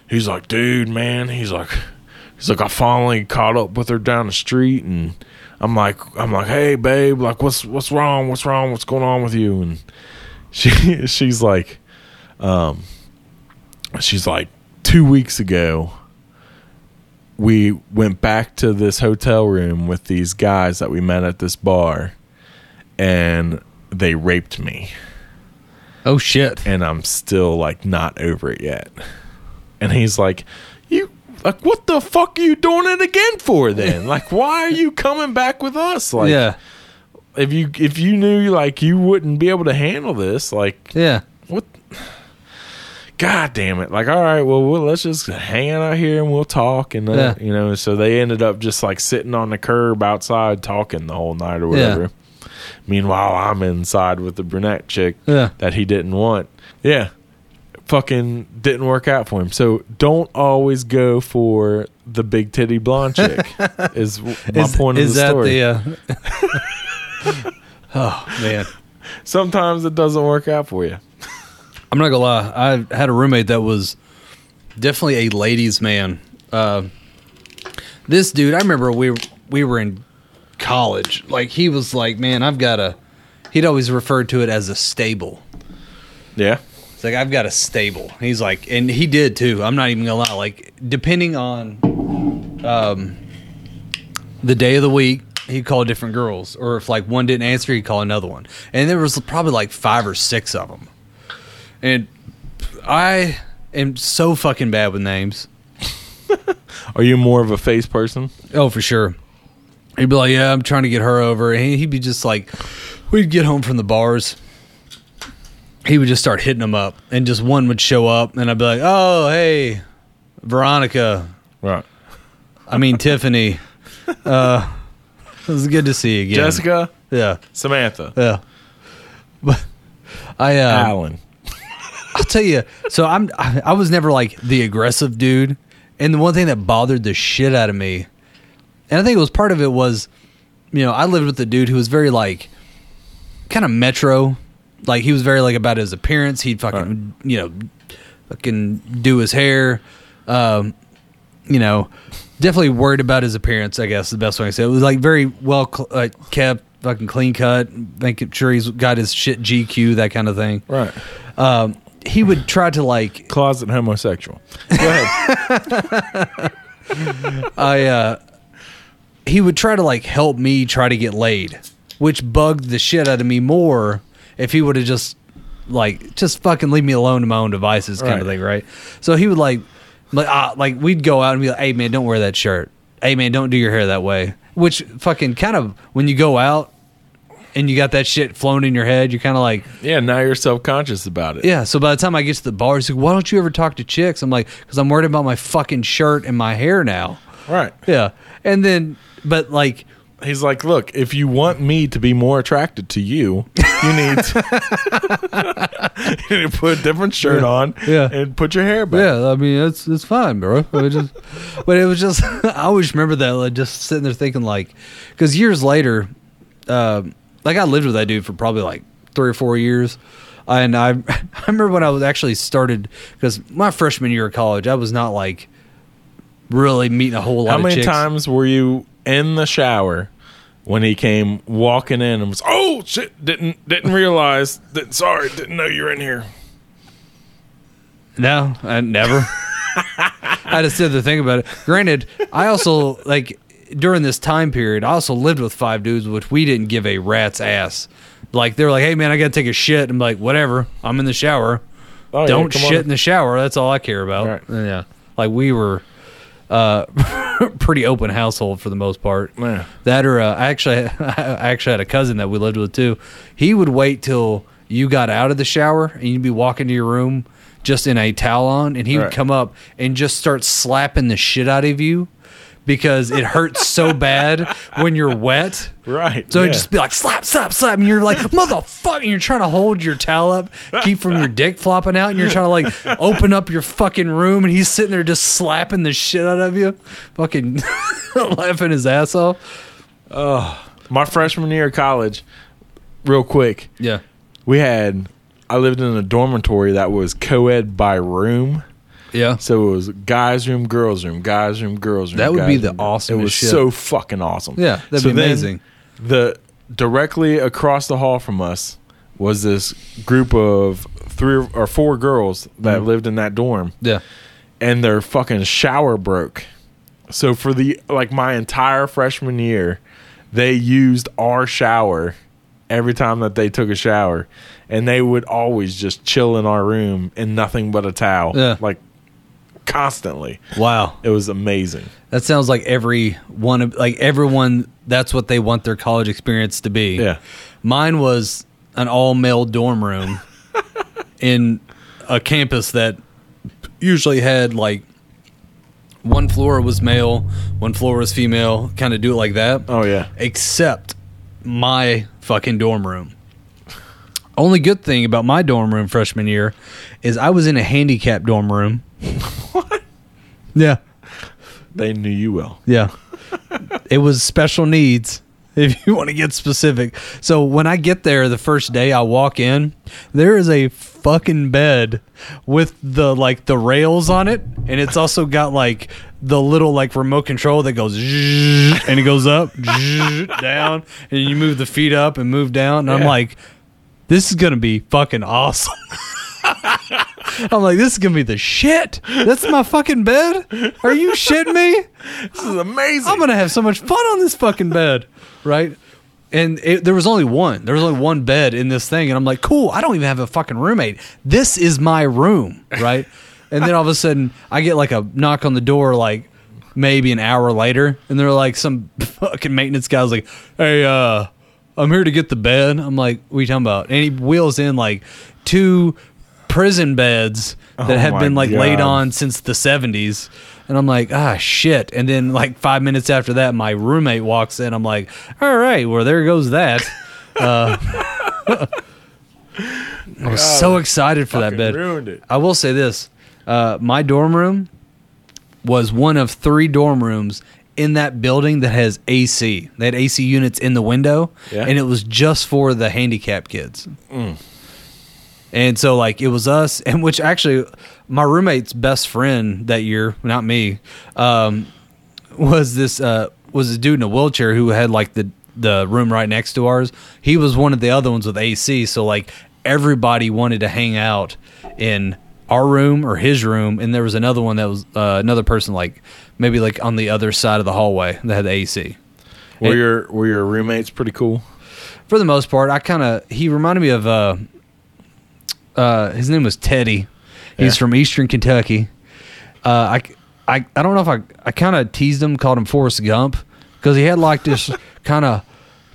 [SPEAKER 2] He's like, dude, man. He's like, he's like, I finally caught up with her down the street and I'm like, I'm like, hey, babe, like, what's, what's wrong? What's wrong? What's going on with you? And [laughs] she, she's like, um, she's like, two weeks ago, we went back to this hotel room with these guys that we met at this bar and they raped me
[SPEAKER 3] Oh shit.
[SPEAKER 2] and I'm still like not over it yet. And he's like, You like what the fuck are you doing it again for then? Like why are you coming back with us? Like
[SPEAKER 3] yeah.
[SPEAKER 2] if you if you knew like you wouldn't be able to handle this, like
[SPEAKER 3] Yeah.
[SPEAKER 2] what God damn it. Like, all right, well, we'll let's just hang out here and we'll talk. And, uh,
[SPEAKER 3] Yeah.
[SPEAKER 2] you know, so they ended up just like sitting on the curb outside talking the whole night or whatever. Meanwhile, I'm inside with the brunette chick
[SPEAKER 3] Yeah.
[SPEAKER 2] that he didn't want. Yeah. Fucking didn't work out for him. So don't always go for the big titty blonde chick,
[SPEAKER 3] [laughs]
[SPEAKER 2] is w- my
[SPEAKER 3] is
[SPEAKER 2] point
[SPEAKER 3] is
[SPEAKER 2] of the
[SPEAKER 3] that
[SPEAKER 2] story.
[SPEAKER 3] the? [laughs] Uh, oh man.
[SPEAKER 2] Sometimes it doesn't work out for you.
[SPEAKER 3] I'm not gonna lie. I had a roommate that was definitely a ladies' man. Uh, this dude, I remember we we were in college. Like he was like, man, I've got a. He'd always referred to it as a stable.
[SPEAKER 2] Yeah.
[SPEAKER 3] It's like I've got a stable. He's like, and he did too. I'm not even gonna lie. Like depending on um, the day of the week, he'd call different girls, or if like one didn't answer, he'd call another one. And there was probably like five or six of them. And I am so fucking bad with names.
[SPEAKER 2] Are you more of a face person?
[SPEAKER 3] Oh, for sure. He'd be like, "Yeah, I'm trying to get her over," and he'd be just like, we'd get home from the bars. He would just start hitting them up, and just one would show up, and I'd be like, "Oh, hey, Veronica.
[SPEAKER 2] Right.
[SPEAKER 3] I mean [laughs] Tiffany. Uh, it was good to see you again,
[SPEAKER 2] Jessica,
[SPEAKER 3] Yeah,
[SPEAKER 2] Samantha,
[SPEAKER 3] yeah. [laughs] But I, uh,
[SPEAKER 2] Alan.
[SPEAKER 3] I'll tell you. So I'm. I, I was never like the aggressive dude. And the one thing that bothered the shit out of me, and I think it was part of it was, you know, I lived with a dude who was very like, kind of metro, like he was very like about his appearance. He'd fucking you know, fucking do his hair, um, you know, definitely worried about his appearance. I guess is the best way to say it. it was like very well cl- uh, kept, fucking clean cut, making sure he's got his shit GQ, that kind of thing
[SPEAKER 2] Right.
[SPEAKER 3] um, he would try to like
[SPEAKER 2] Closet
[SPEAKER 3] [laughs]
[SPEAKER 2] homosexual. Go ahead.
[SPEAKER 3] I uh, he would try to like help me try to get laid, which bugged the shit out of me more if he would have just like just fucking leave me alone to my own devices kind of
[SPEAKER 2] Right.
[SPEAKER 3] thing, right? So he would like like uh, like we'd go out and be like, "Hey man, don't wear that shirt. Hey man, don't do your hair that way." Which fucking kind of when you go out and you got that shit flown in your head, you're kind of like,
[SPEAKER 2] Yeah, now you're self conscious about it.
[SPEAKER 3] yeah. So by the time I get to the bar, he's like, "Why don't you ever talk to chicks?" I'm like, "Cause I'm worried about my fucking shirt and my hair now."
[SPEAKER 2] Right.
[SPEAKER 3] Yeah, and then but like
[SPEAKER 2] He's like, look, if you want me to be more attracted to you, you need to, you need to [laughs] put a different shirt on
[SPEAKER 3] Yeah.
[SPEAKER 2] and put your hair back.
[SPEAKER 3] yeah, I mean it's it's fine, bro. I mean, [laughs] just, but it was just [laughs] I always remember that like just sitting there thinking like because years later, um like I lived with that dude for probably like three or four years. And I, [laughs] I remember when I was actually started because my freshman year of college, I was not like really meeting a whole lot.
[SPEAKER 2] How
[SPEAKER 3] of
[SPEAKER 2] many
[SPEAKER 3] chicks.
[SPEAKER 2] times were you in the shower when he came walking in and was, oh shit, didn't didn't realize that. Sorry, didn't know you were in here.
[SPEAKER 3] No, I never. [laughs] I just did the thing about it. Granted, I also like during this time period, I also lived with five dudes, which we didn't give a rat's ass. Like they're like, "Hey man, I gotta take a shit." I'm like, "Whatever, I'm in the shower.
[SPEAKER 2] Oh, yeah,
[SPEAKER 3] Don't
[SPEAKER 2] come on
[SPEAKER 3] shit in the shower. That's all I care about."
[SPEAKER 2] Right.
[SPEAKER 3] Yeah, like we were uh, [laughs] pretty open household for the most part.
[SPEAKER 2] Yeah.
[SPEAKER 3] That or uh, I actually, [laughs] I actually had a cousin that we lived with too. He would wait till you got out of the shower and you'd be walking to your room just in a towel on, and he would
[SPEAKER 2] Right.
[SPEAKER 3] come up and just start slapping the shit out of you because it hurts so bad when you're wet.
[SPEAKER 2] Right.
[SPEAKER 3] So
[SPEAKER 2] yeah.
[SPEAKER 3] it'd just be like slap, slap, slap,
[SPEAKER 2] [laughs]
[SPEAKER 3] and you're like motherfucker. You're trying to hold your towel up, keep from your dick flopping out, and you're trying to like open up your fucking room, and he's sitting there just slapping the shit out of you, fucking [laughs] laughing his ass off.
[SPEAKER 2] my freshman year of college, real quick,
[SPEAKER 3] Yeah,
[SPEAKER 2] we had I lived in a dormitory that was co ed by room.
[SPEAKER 3] yeah.
[SPEAKER 2] So it was guys' room, girls' room, guys' room, girls' room.
[SPEAKER 3] That would
[SPEAKER 2] guys'
[SPEAKER 3] be
[SPEAKER 2] room,
[SPEAKER 3] the
[SPEAKER 2] girls' room. It
[SPEAKER 3] awesomest
[SPEAKER 2] was
[SPEAKER 3] shit.
[SPEAKER 2] so fucking awesome.
[SPEAKER 3] Yeah, that'd
[SPEAKER 2] So
[SPEAKER 3] be
[SPEAKER 2] then
[SPEAKER 3] amazing.
[SPEAKER 2] The directly across the hall from us was this group of three or four girls that
[SPEAKER 3] Mm-hmm.
[SPEAKER 2] lived in that dorm,
[SPEAKER 3] Yeah.
[SPEAKER 2] and their fucking shower broke. So for the like my entire freshman year, they used our shower every time that they took a shower, and they would always just chill in our room in nothing but a towel,
[SPEAKER 3] Yeah.
[SPEAKER 2] like constantly.
[SPEAKER 3] Wow.
[SPEAKER 2] It was amazing.
[SPEAKER 3] That sounds like every one of like everyone that's what they want their college experience to be.
[SPEAKER 2] Yeah.
[SPEAKER 3] Mine was an all male dorm room in a campus that usually had like one floor was male, one floor was female, kind of do it like that.
[SPEAKER 2] Oh yeah,
[SPEAKER 3] Except my fucking dorm room. Only good thing about my dorm room freshman year is I was in a handicapped dorm room. what? Yeah.
[SPEAKER 2] they knew you well.
[SPEAKER 3] Yeah. [laughs] it was special needs, [laughs] if you want to get specific. So when I get there the first day I walk in, there is a fucking bed with the like the rails on it and it's also got like the little like remote control that goes [laughs] zzzz, and it goes up [laughs] zzzz, down and you move the feet up and move down and I'm
[SPEAKER 2] Yeah.
[SPEAKER 3] like this is gonna be fucking awesome. [laughs] I'm like, this is gonna be the shit. That's my fucking bed. Are you shitting me?
[SPEAKER 2] This is amazing.
[SPEAKER 3] I'm gonna have so much fun on this fucking bed, right? And it, there was only one. There was only one bed in this thing, and I'm like, cool. I don't even have a fucking roommate. This is my room,
[SPEAKER 2] [laughs]
[SPEAKER 3] right? and then all of a sudden, I get like a knock on the door, like maybe an hour later, and they're like, some fucking maintenance guy's like, hey, uh, I'm here to get the bed. I'm like, what are you talking about? And he wheels in like two prison beds that
[SPEAKER 2] Oh
[SPEAKER 3] had
[SPEAKER 2] my
[SPEAKER 3] been like laid
[SPEAKER 2] God.
[SPEAKER 3] on on since the 70s. And I'm like, ah, shit. And then, like, five minutes after that, my roommate walks in. I'm like, all right, well, there goes that. [laughs] Uh, I was so excited for that
[SPEAKER 2] fucking
[SPEAKER 3] bed.
[SPEAKER 2] ruined it.
[SPEAKER 3] I will say this uh, my dorm room was one of three dorm rooms in that building that has AC. They had AC units in the window,
[SPEAKER 2] Yeah.
[SPEAKER 3] and it was just for the handicapped kids. And so like it was us, and which actually my roommate's best friend that year, not me, um, was this uh, was a dude in a wheelchair who had like the the room right next to ours. He was one of the other ones with AC, so like everybody wanted to hang out in our room or his room, and there was another one that was uh, another person like maybe like on the other side of the hallway that had the AC.
[SPEAKER 2] Were
[SPEAKER 3] It-
[SPEAKER 2] your were your roommates pretty cool?
[SPEAKER 3] for the most part, I kind of he reminded me of uh, uh, his name was Teddy. He's
[SPEAKER 2] Yeah.
[SPEAKER 3] from Eastern Kentucky. Uh, I, I I don't know if I I kind of teased him, called him Forrest Gump because he had like
[SPEAKER 2] [laughs]
[SPEAKER 3] this kind of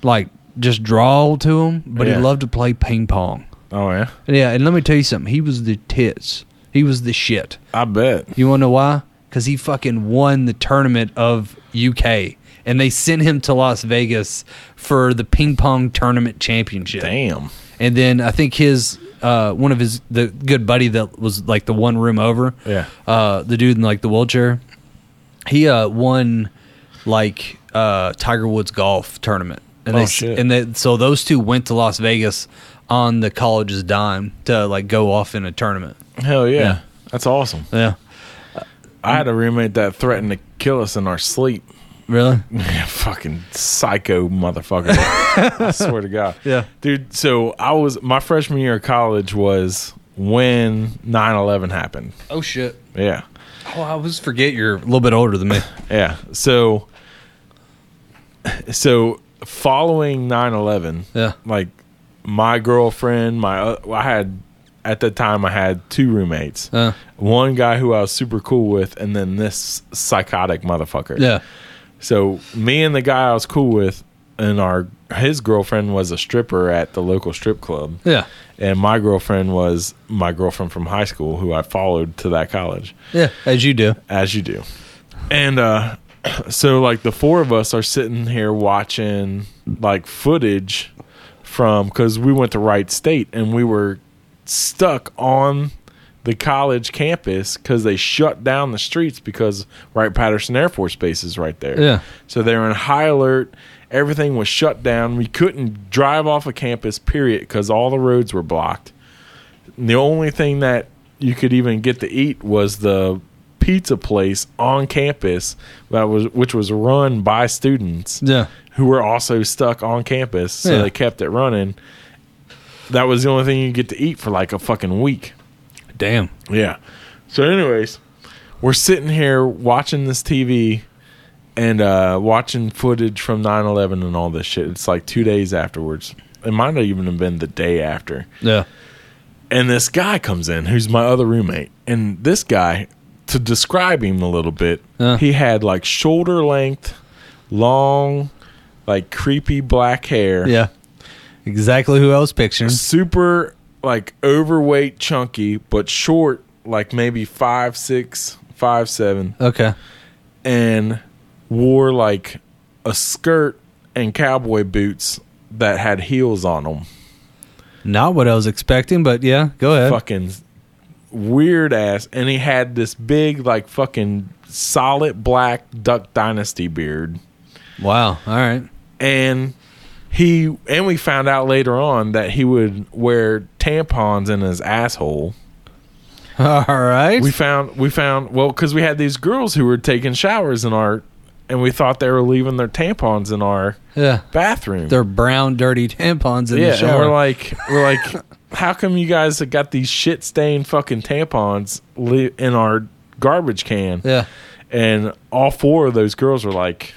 [SPEAKER 3] like just drawl to him, but
[SPEAKER 2] Yeah.
[SPEAKER 3] he loved to play ping pong.
[SPEAKER 2] Oh yeah,
[SPEAKER 3] Yeah, and let me tell you something. He was the tits. He was the shit.
[SPEAKER 2] I bet.
[SPEAKER 3] You want to know why? Because he fucking won the tournament of UK, and they sent him to Las Vegas for the ping pong tournament championship.
[SPEAKER 2] Damn.
[SPEAKER 3] And then I think his uh, one of his the good buddy that was like the one room over.
[SPEAKER 2] Yeah.
[SPEAKER 3] Uh, the dude in like the wheelchair, he uh won like uh Tiger Woods golf tournament. And
[SPEAKER 2] Oh,
[SPEAKER 3] they,
[SPEAKER 2] shit.
[SPEAKER 3] And they, so those two went to Las Vegas on the college's dime to like go off in a tournament.
[SPEAKER 2] Hell yeah.
[SPEAKER 3] Yeah.
[SPEAKER 2] That's awesome.
[SPEAKER 3] Yeah.
[SPEAKER 2] I had a roommate that threatened to kill us in our sleep.
[SPEAKER 3] Really?
[SPEAKER 2] Yeah, fucking psycho motherfucker.
[SPEAKER 3] [laughs]
[SPEAKER 2] I swear to God.
[SPEAKER 3] Yeah.
[SPEAKER 2] Dude, so I was, my freshman year of college was when 9 11 happened.
[SPEAKER 3] Oh shit.
[SPEAKER 2] Yeah.
[SPEAKER 3] Oh, I always forget you're a little bit older than me.
[SPEAKER 2] Yeah. So, so following 9 11,
[SPEAKER 3] Yeah.
[SPEAKER 2] like my girlfriend, my, uh, I had, at the time, I had two roommates.
[SPEAKER 3] Uh,
[SPEAKER 2] one guy who I was super cool with, and then this psychotic motherfucker.
[SPEAKER 3] [laughs] yeah.
[SPEAKER 2] So me and the guy I was cool with, and our his girlfriend was a stripper at the local strip club,
[SPEAKER 3] Yeah.
[SPEAKER 2] and my girlfriend was my girlfriend from high school who I followed to that college,
[SPEAKER 3] Yeah. As you do.
[SPEAKER 2] as you do. And uh, [clears throat] so like the four of us are sitting here watching like footage from because we went to Wright State and we were stuck on the college campus because they shut down the streets because Wright Patterson Air Force Base is right there.
[SPEAKER 3] Yeah.
[SPEAKER 2] So they were in high alert. Everything was shut down. We couldn't drive off of campus, period, because all the roads were blocked. And the only thing that you could even get to eat was the pizza place on campus that was which was run by students
[SPEAKER 3] Yeah.
[SPEAKER 2] who were also stuck on campus, so
[SPEAKER 3] Yeah.
[SPEAKER 2] they kept it running. That was the only thing you get to eat for like a fucking week.
[SPEAKER 3] Damn.
[SPEAKER 2] Yeah. So, anyways, we're sitting here watching this TV and uh, watching footage from 9 11 and all this shit. It's like two days afterwards. It might not even have been the day after.
[SPEAKER 3] Yeah.
[SPEAKER 2] And this guy comes in who's my other roommate. And this guy, to describe him a little bit,
[SPEAKER 3] Uh.
[SPEAKER 2] he had like shoulder length, long, like creepy black hair.
[SPEAKER 3] Yeah. Exactly who I was picturing.
[SPEAKER 2] super like overweight chunky but short like maybe five six five seven
[SPEAKER 3] Okay.
[SPEAKER 2] and wore like a skirt and cowboy boots that had heels on them
[SPEAKER 3] Not what I was expecting, but yeah, go ahead.
[SPEAKER 2] fucking weird ass and he had this big like fucking solid black duck dynasty beard
[SPEAKER 3] Wow. All right. [laughs]
[SPEAKER 2] and he and we found out later on that he would wear tampons in his asshole
[SPEAKER 3] All right.
[SPEAKER 2] we found we found well because we had these girls who were taking showers in our and we thought they were leaving their tampons in our
[SPEAKER 3] yeah.
[SPEAKER 2] bathroom
[SPEAKER 3] They're brown, dirty tampons in
[SPEAKER 2] yeah
[SPEAKER 3] the
[SPEAKER 2] and we're
[SPEAKER 3] shower.
[SPEAKER 2] like we're
[SPEAKER 3] [laughs]
[SPEAKER 2] like how come you guys have got these shit stained fucking tampons li- in our garbage can
[SPEAKER 3] yeah.
[SPEAKER 2] and all four of those girls were like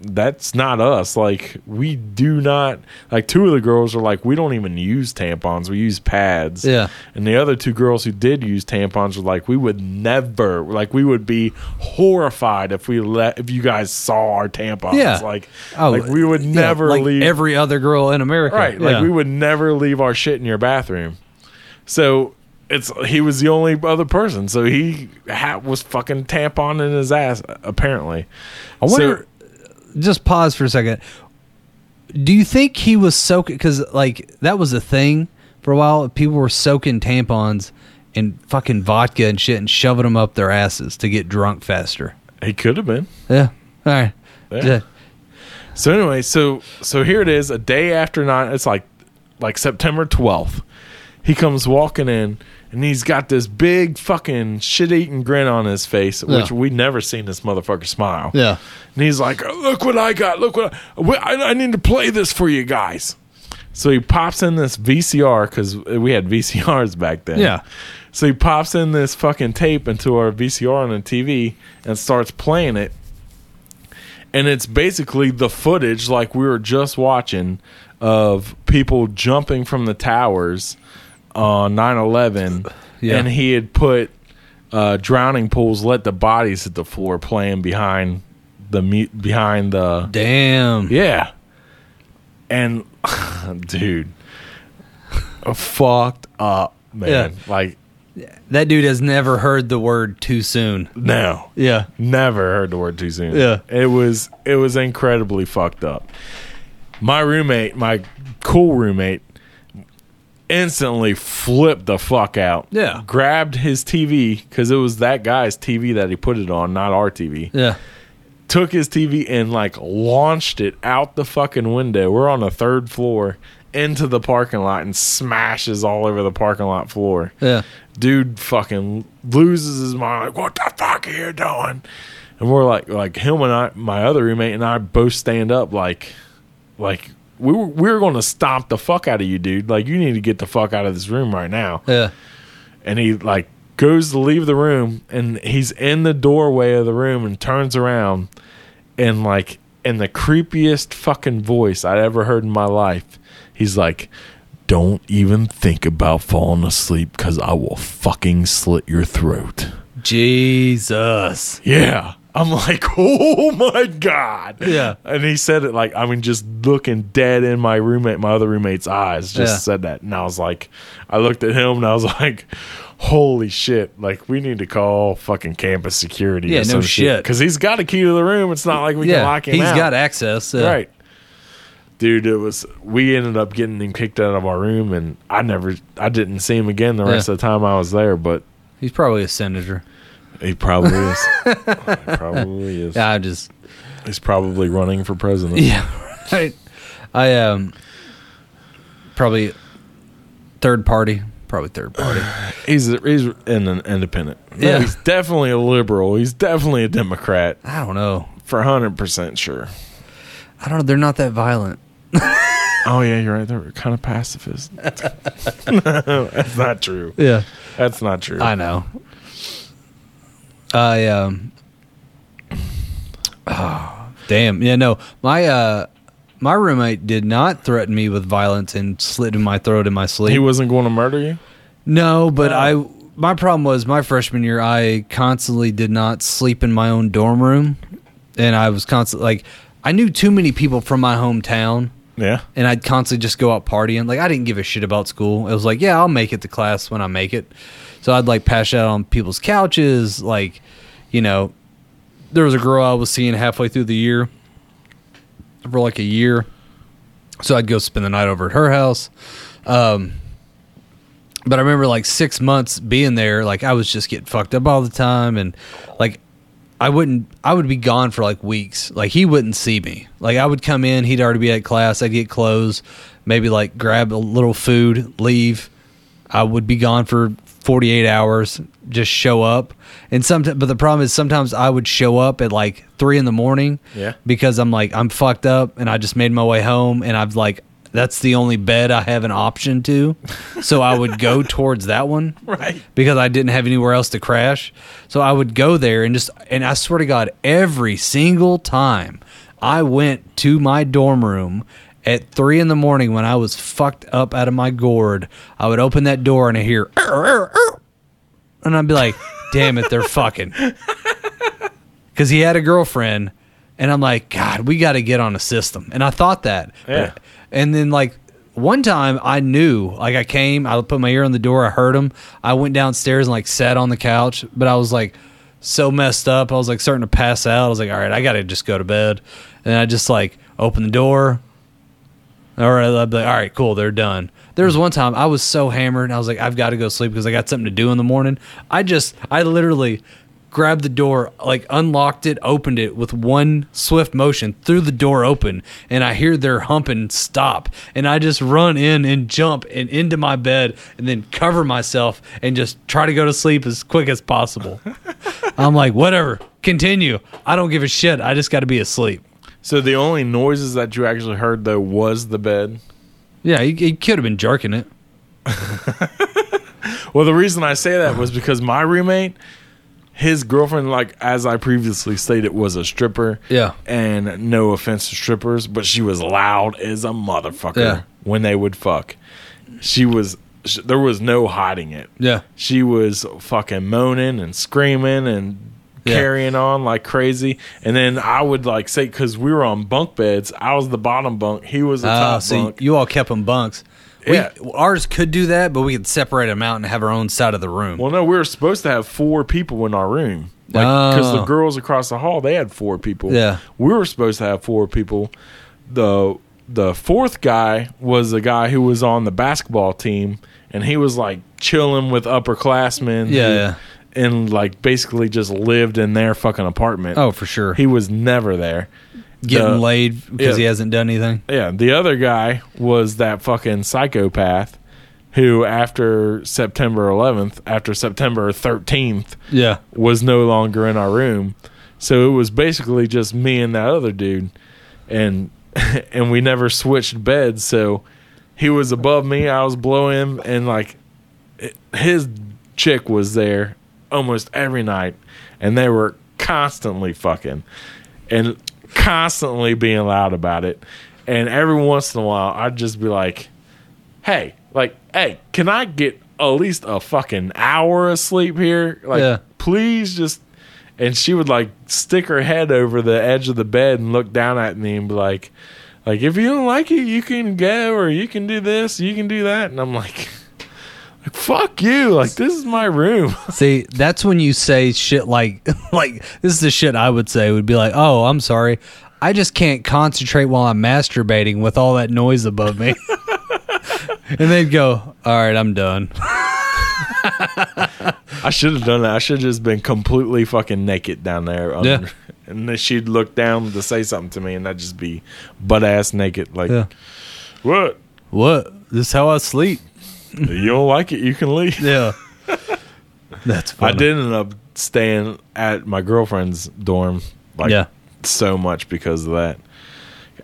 [SPEAKER 2] that's not us like we do not like two of the girls are like we don't even use tampons we use pads
[SPEAKER 3] Yeah.
[SPEAKER 2] and the other two girls who did use tampons were like we would never like we would be horrified if we let if you guys saw our tampons
[SPEAKER 3] Yeah.
[SPEAKER 2] like like we would
[SPEAKER 3] Oh, yeah,
[SPEAKER 2] never
[SPEAKER 3] like
[SPEAKER 2] leave
[SPEAKER 3] every other girl in America.
[SPEAKER 2] Right. Like
[SPEAKER 3] Yeah.
[SPEAKER 2] we would never leave our shit in your bathroom. So it's he was the only other person. So he ha- was fucking tampon in his ass apparently.
[SPEAKER 3] I
[SPEAKER 2] So-
[SPEAKER 3] wonder. just pause for a second. Do you think he was soaking? Because like that was a thing for a while. People were soaking tampons in fucking vodka and shit and shoving them up their asses to get drunk faster.
[SPEAKER 2] he could have been.
[SPEAKER 3] Yeah. All right.
[SPEAKER 2] Yeah. So anyway, so so here it is, a day after nine. It's like like September twelfth. He comes walking in, and he's got this big fucking shit-eating grin on his face, which
[SPEAKER 3] Yeah.
[SPEAKER 2] we never seen this motherfucker smile.
[SPEAKER 3] Yeah.
[SPEAKER 2] and he's like, "Oh, "Look what I got! Look what I, wh- I, I need to play this for you guys." So he pops in this VCR because we had VCRs back then.
[SPEAKER 3] Yeah.
[SPEAKER 2] So he pops in this fucking tape into our VCR on the TV and starts playing it and it's basically the footage like we were just watching of people jumping from the towers on 9/11
[SPEAKER 3] [laughs] Yeah.
[SPEAKER 2] and he had put uh, drowning pools let the bodies hit the floor playing behind the mu- behind the
[SPEAKER 3] Damn.
[SPEAKER 2] yeah. And [laughs] dude, fucked up, man.
[SPEAKER 3] Yeah.
[SPEAKER 2] Like
[SPEAKER 3] That dude has never heard the word too soon.
[SPEAKER 2] no,
[SPEAKER 3] Yeah.
[SPEAKER 2] never heard the word too soon.
[SPEAKER 3] Yeah.
[SPEAKER 2] it was it was incredibly fucked up. My roommate, my cool roommate, instantly flipped the fuck out.
[SPEAKER 3] Yeah.
[SPEAKER 2] grabbed his TV because it was that guy's TV that he put it on, not our TV.
[SPEAKER 3] Yeah.
[SPEAKER 2] took his TV and like launched it out the fucking window. We're on the third floor into the parking lot and smashes all over the parking lot floor.
[SPEAKER 3] Yeah.
[SPEAKER 2] Dude fucking loses his mind like what the fuck are you doing? And we're like like him and I my other roommate and I both stand up like like we were we were gonna stomp the fuck out of you, dude. Like you need to get the fuck out of this room right now
[SPEAKER 3] Yeah.
[SPEAKER 2] and he like goes to leave the room and he's in the doorway of the room and turns around and like in the creepiest fucking voice I'd ever heard in my life, he's like, Don't even think about falling asleep because I will fucking slit your throat.
[SPEAKER 3] Jesus.
[SPEAKER 2] Yeah. I'm like, [laughs] oh my God.
[SPEAKER 3] Yeah.
[SPEAKER 2] And he said it like, I mean, just looking dead in my roommate, my other roommate's eyes, just
[SPEAKER 3] Yeah.
[SPEAKER 2] said that. And I was like, I looked at him and I was [laughs] like, holy shit. Like, we need to call fucking campus security.
[SPEAKER 3] Yeah, no shit.
[SPEAKER 2] Because he's got a key to the room. It's not like we can
[SPEAKER 3] Yeah.
[SPEAKER 2] lock him
[SPEAKER 3] He's
[SPEAKER 2] out.
[SPEAKER 3] got access. Uh,
[SPEAKER 2] Right. Dude, it was we ended up getting him kicked out of our room and I never I didn't see him again the
[SPEAKER 3] Yeah.
[SPEAKER 2] rest of the time I was there, but
[SPEAKER 3] He's probably a senator.
[SPEAKER 2] he probably is. [laughs] He probably is.
[SPEAKER 3] [laughs] Yeah, I just
[SPEAKER 2] He's probably running for president.
[SPEAKER 3] Yeah, right. I um probably third party, probably third party.
[SPEAKER 2] He's a, he's an, an independent. No,
[SPEAKER 3] Yeah.
[SPEAKER 2] he's definitely a liberal. He's definitely a Democrat
[SPEAKER 3] I don't know.
[SPEAKER 2] for hundred percent sure.
[SPEAKER 3] I don't know. They're not that violent.
[SPEAKER 2] Oh yeah, you're right. They're kind of pacifist. [laughs] that's not true.
[SPEAKER 3] Yeah,
[SPEAKER 2] That's not true.
[SPEAKER 3] I know. I um. [sighs] oh, damn. Yeah, no. My uh, my roommate did not threaten me with violence and slit in my throat in my sleep.
[SPEAKER 2] he wasn't going to murder you.
[SPEAKER 3] No, but I my problem was my freshman year I constantly did not sleep in my own dorm room and I was constantly like I knew too many people from my hometown
[SPEAKER 2] Yeah.
[SPEAKER 3] and I'd constantly just go out partying. Like I didn't give a shit about school. It was like, yeah, I'll make it to class when I make it. So I'd like pass out on people's couches, like, you know, there was a girl I was seeing halfway through the year for like a year. So I'd go spend the night over at her house. Um but I remember like six months being there, like I was just getting fucked up all the time and like I wouldn't I would be gone for like weeks. Like he wouldn't see me. Like I would come in, he'd already be at class, I'd get clothes, maybe like grab a little food, leave. I would be gone for 48 hours, just show up. And sometimes but the problem is sometimes I would show up at like 3 in the morning
[SPEAKER 2] Yeah.
[SPEAKER 3] because I'm like I'm fucked up and I just made my way home and I've like that's the only bed I have an option to. So I would go towards that one
[SPEAKER 2] Right.
[SPEAKER 3] because I didn't have anywhere else to crash. So I would go there and just, and I swear to God, every single time I went to my dorm room at three in the morning when I was fucked up out of my gourd, I would open that door and I hear, "Arr, arr, arr," and I'd be like, damn it, they're fucking. Because he had a girlfriend, and I'm like, God, we got to get on a system. And I thought that.
[SPEAKER 2] Yeah.
[SPEAKER 3] and then, like, one time I knew, like, I came, I put my ear on the door, I heard him. I went downstairs and, like, sat on the couch, but I was, like, so messed up. I was, like, starting to pass out. I was like, all right, I got to just go to bed. And I just, like, opened the door, all right, I'd be like, all right, cool, they're done. There was one time I was so hammered, and I was like, I've got to go sleep because I got something to do in the morning. I just, I literally grabbed the door, like unlocked it, opened it with one swift motion, threw the door open, and I hear their humping stop. And I just run in and jump and into my bed and then cover myself and just try to go to sleep as quick as possible. I'm like, whatever, continue. I don't give a shit. I just got to be asleep.
[SPEAKER 2] So the only noises that you actually heard though was the bed.
[SPEAKER 3] Yeah, he, he could have been jerking it.
[SPEAKER 2] Well, the reason I say that was because my roommate, his girlfriend, like as I previously stated, was a stripper.
[SPEAKER 3] Yeah.
[SPEAKER 2] And no offense to strippers, but she was loud as a motherfucker
[SPEAKER 3] Yeah.
[SPEAKER 2] when they would fuck. She was. sh- There was no hiding it.
[SPEAKER 3] Yeah.
[SPEAKER 2] She was fucking moaning and screaming and
[SPEAKER 3] Yeah.
[SPEAKER 2] carrying on like crazy. And then I would like say, because we were on bunk beds, I was the bottom bunk, he was the
[SPEAKER 3] Ah,
[SPEAKER 2] top
[SPEAKER 3] so
[SPEAKER 2] bunk.
[SPEAKER 3] you all kept them bunks. We,
[SPEAKER 2] Yeah.
[SPEAKER 3] Ours could do that, but we could separate them out and have our own side of the room.
[SPEAKER 2] Well, no, we were supposed to have four people in our room. Like, because the
[SPEAKER 3] Oh.
[SPEAKER 2] girls across the hall, they had four people.
[SPEAKER 3] Yeah.
[SPEAKER 2] We were supposed to have four people. The the fourth guy was the guy who was on the basketball team, and he was like chilling with upperclassmen. who-
[SPEAKER 3] Yeah, yeah.
[SPEAKER 2] And like basically just lived in their fucking apartment.
[SPEAKER 3] Oh, for sure.
[SPEAKER 2] He was never there.
[SPEAKER 3] Getting
[SPEAKER 2] the-
[SPEAKER 3] laid
[SPEAKER 2] yeah.
[SPEAKER 3] because he hasn't done anything.
[SPEAKER 2] Yeah, the other guy was that fucking psychopath who, after September 11th, after September 13th,
[SPEAKER 3] Yeah.
[SPEAKER 2] was no longer in our room. So it was basically just me and that other dude, and [laughs] and we never switched beds. So he was above me, I was below him, and like it- his chick was there almost every night, and they were constantly fucking and constantly being loud about it. And every once in a while, I'd just be like, "Hey, like, hey, can I get at least a fucking hour of sleep here? Like,
[SPEAKER 3] Yeah.
[SPEAKER 2] please just." And she would like stick her head over the edge of the bed and look down at me and be like, "Like, if you don't like it, you can go or you can do this, you can do that." And I'm like, [laughs] like "Fuck you! Like, this is my room." [laughs]
[SPEAKER 3] See, that's when you say shit like, [laughs] like this is the shit I would say would be like, oh, I'm sorry, I just can't concentrate while I'm masturbating with all that noise above me. [laughs] and they'd go, all right, I'm done. [laughs]
[SPEAKER 2] I should have done that. I should have just been completely fucking naked down there. under-
[SPEAKER 3] Yeah.
[SPEAKER 2] [laughs] And then she'd look down to say something to me, and I'd just be butt ass naked. Like,
[SPEAKER 3] Yeah.
[SPEAKER 2] what?
[SPEAKER 3] What? This is how I sleep?
[SPEAKER 2] you don't like it? You can leave.
[SPEAKER 3] Yeah. [laughs] that's
[SPEAKER 2] I
[SPEAKER 3] funny.
[SPEAKER 2] did end up staying at my girlfriend's dorm. Like,
[SPEAKER 3] Yeah.
[SPEAKER 2] so much because of that.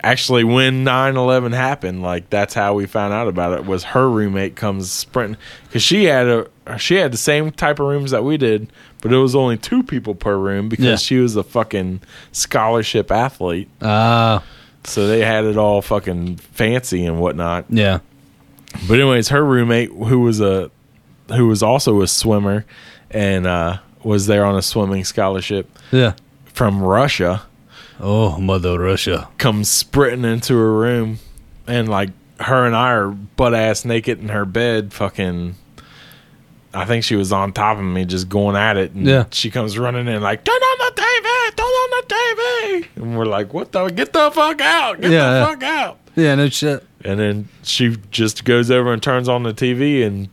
[SPEAKER 2] Actually, when 9 11 happened, like that's how we found out about it. Was her roommate comes sprinting because she had a she had the same type of rooms that we did, but it was only two people per room because
[SPEAKER 3] Yeah.
[SPEAKER 2] she was a fucking scholarship athlete.
[SPEAKER 3] Ah,
[SPEAKER 2] So they had it all fucking fancy and whatnot.
[SPEAKER 3] yeah.
[SPEAKER 2] But anyways, her roommate who was a who was also a swimmer and uh, was there on a swimming scholarship
[SPEAKER 3] Yeah.
[SPEAKER 2] from Russia.
[SPEAKER 3] Oh, Mother Russia.
[SPEAKER 2] comes sprinting into her room and like her and I are butt ass naked in her bed fucking I think she was on top of me just going at it and
[SPEAKER 3] Yeah.
[SPEAKER 2] she comes running in like turn on the TV, turn on the TV and we're like, What the get the fuck out, get
[SPEAKER 3] Yeah,
[SPEAKER 2] the
[SPEAKER 3] yeah.
[SPEAKER 2] fuck out
[SPEAKER 3] Yeah, no shit.
[SPEAKER 2] and then she just goes over and turns on the TV and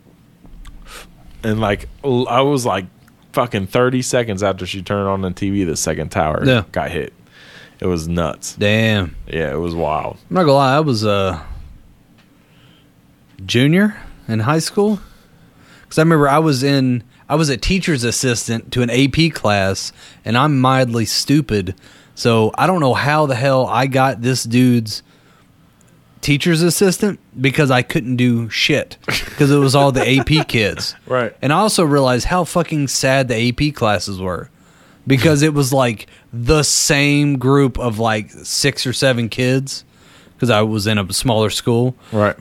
[SPEAKER 2] and like l- I was like fucking 30 seconds after she turned on the TV the second tower
[SPEAKER 3] Yeah.
[SPEAKER 2] got hit. It was nuts.
[SPEAKER 3] Damn.
[SPEAKER 2] Yeah, it was wild.
[SPEAKER 3] I'm not gonna lie, I was a junior in high school because I remember I was in I was a teacher's assistant to an AP class, and I'm mildly stupid, so I don't know how the hell I got this dude's teacher's assistant because I couldn't do shit because it was all the AP [laughs] kids,
[SPEAKER 2] Right.
[SPEAKER 3] And I also realized how fucking sad the AP classes were because it was like the same group of like six or seven kids because I was in a smaller school,
[SPEAKER 2] Right.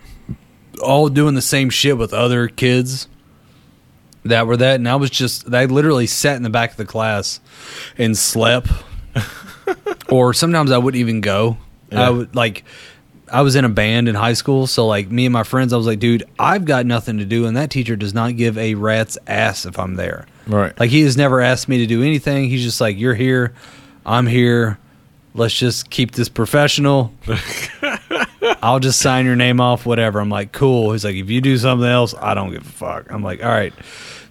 [SPEAKER 3] all doing the same shit with other kids that were that. And I was just, I literally sat in the back of the class and slept. or sometimes I wouldn't even go. I would like, I was in a band in high school. So, like, me and my friends, I was like, dude, I've got nothing to do. And that teacher does not give a rat's ass if I'm there.
[SPEAKER 2] Right.
[SPEAKER 3] Like he has never asked me to do anything. He's just like, "You're here, I'm here. Let's just keep this professional. I'll just sign your name off, whatever." I'm like, "Cool." He's like, "If you do something else, I don't give a fuck." I'm like, "All right."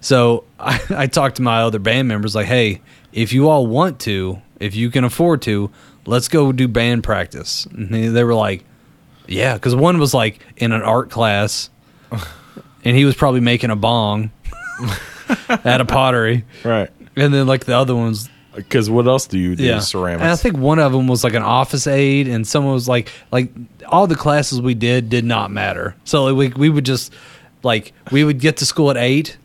[SPEAKER 3] So [laughs] I, I talked to my other band members, like, "Hey, if you all want to, if you can afford to, let's go do band practice." And they, they were like, "Yeah," because one was like in an art class, and he was probably making a bong. at a pottery.
[SPEAKER 2] Right.
[SPEAKER 3] And then like the other ones,
[SPEAKER 2] Because what else do you do?
[SPEAKER 3] yeah,
[SPEAKER 2] Ceramics.
[SPEAKER 3] And I think one of them was like an office aide, and someone was like, like all the classes we did did not matter. So like, we we would just like we would get to school at eight,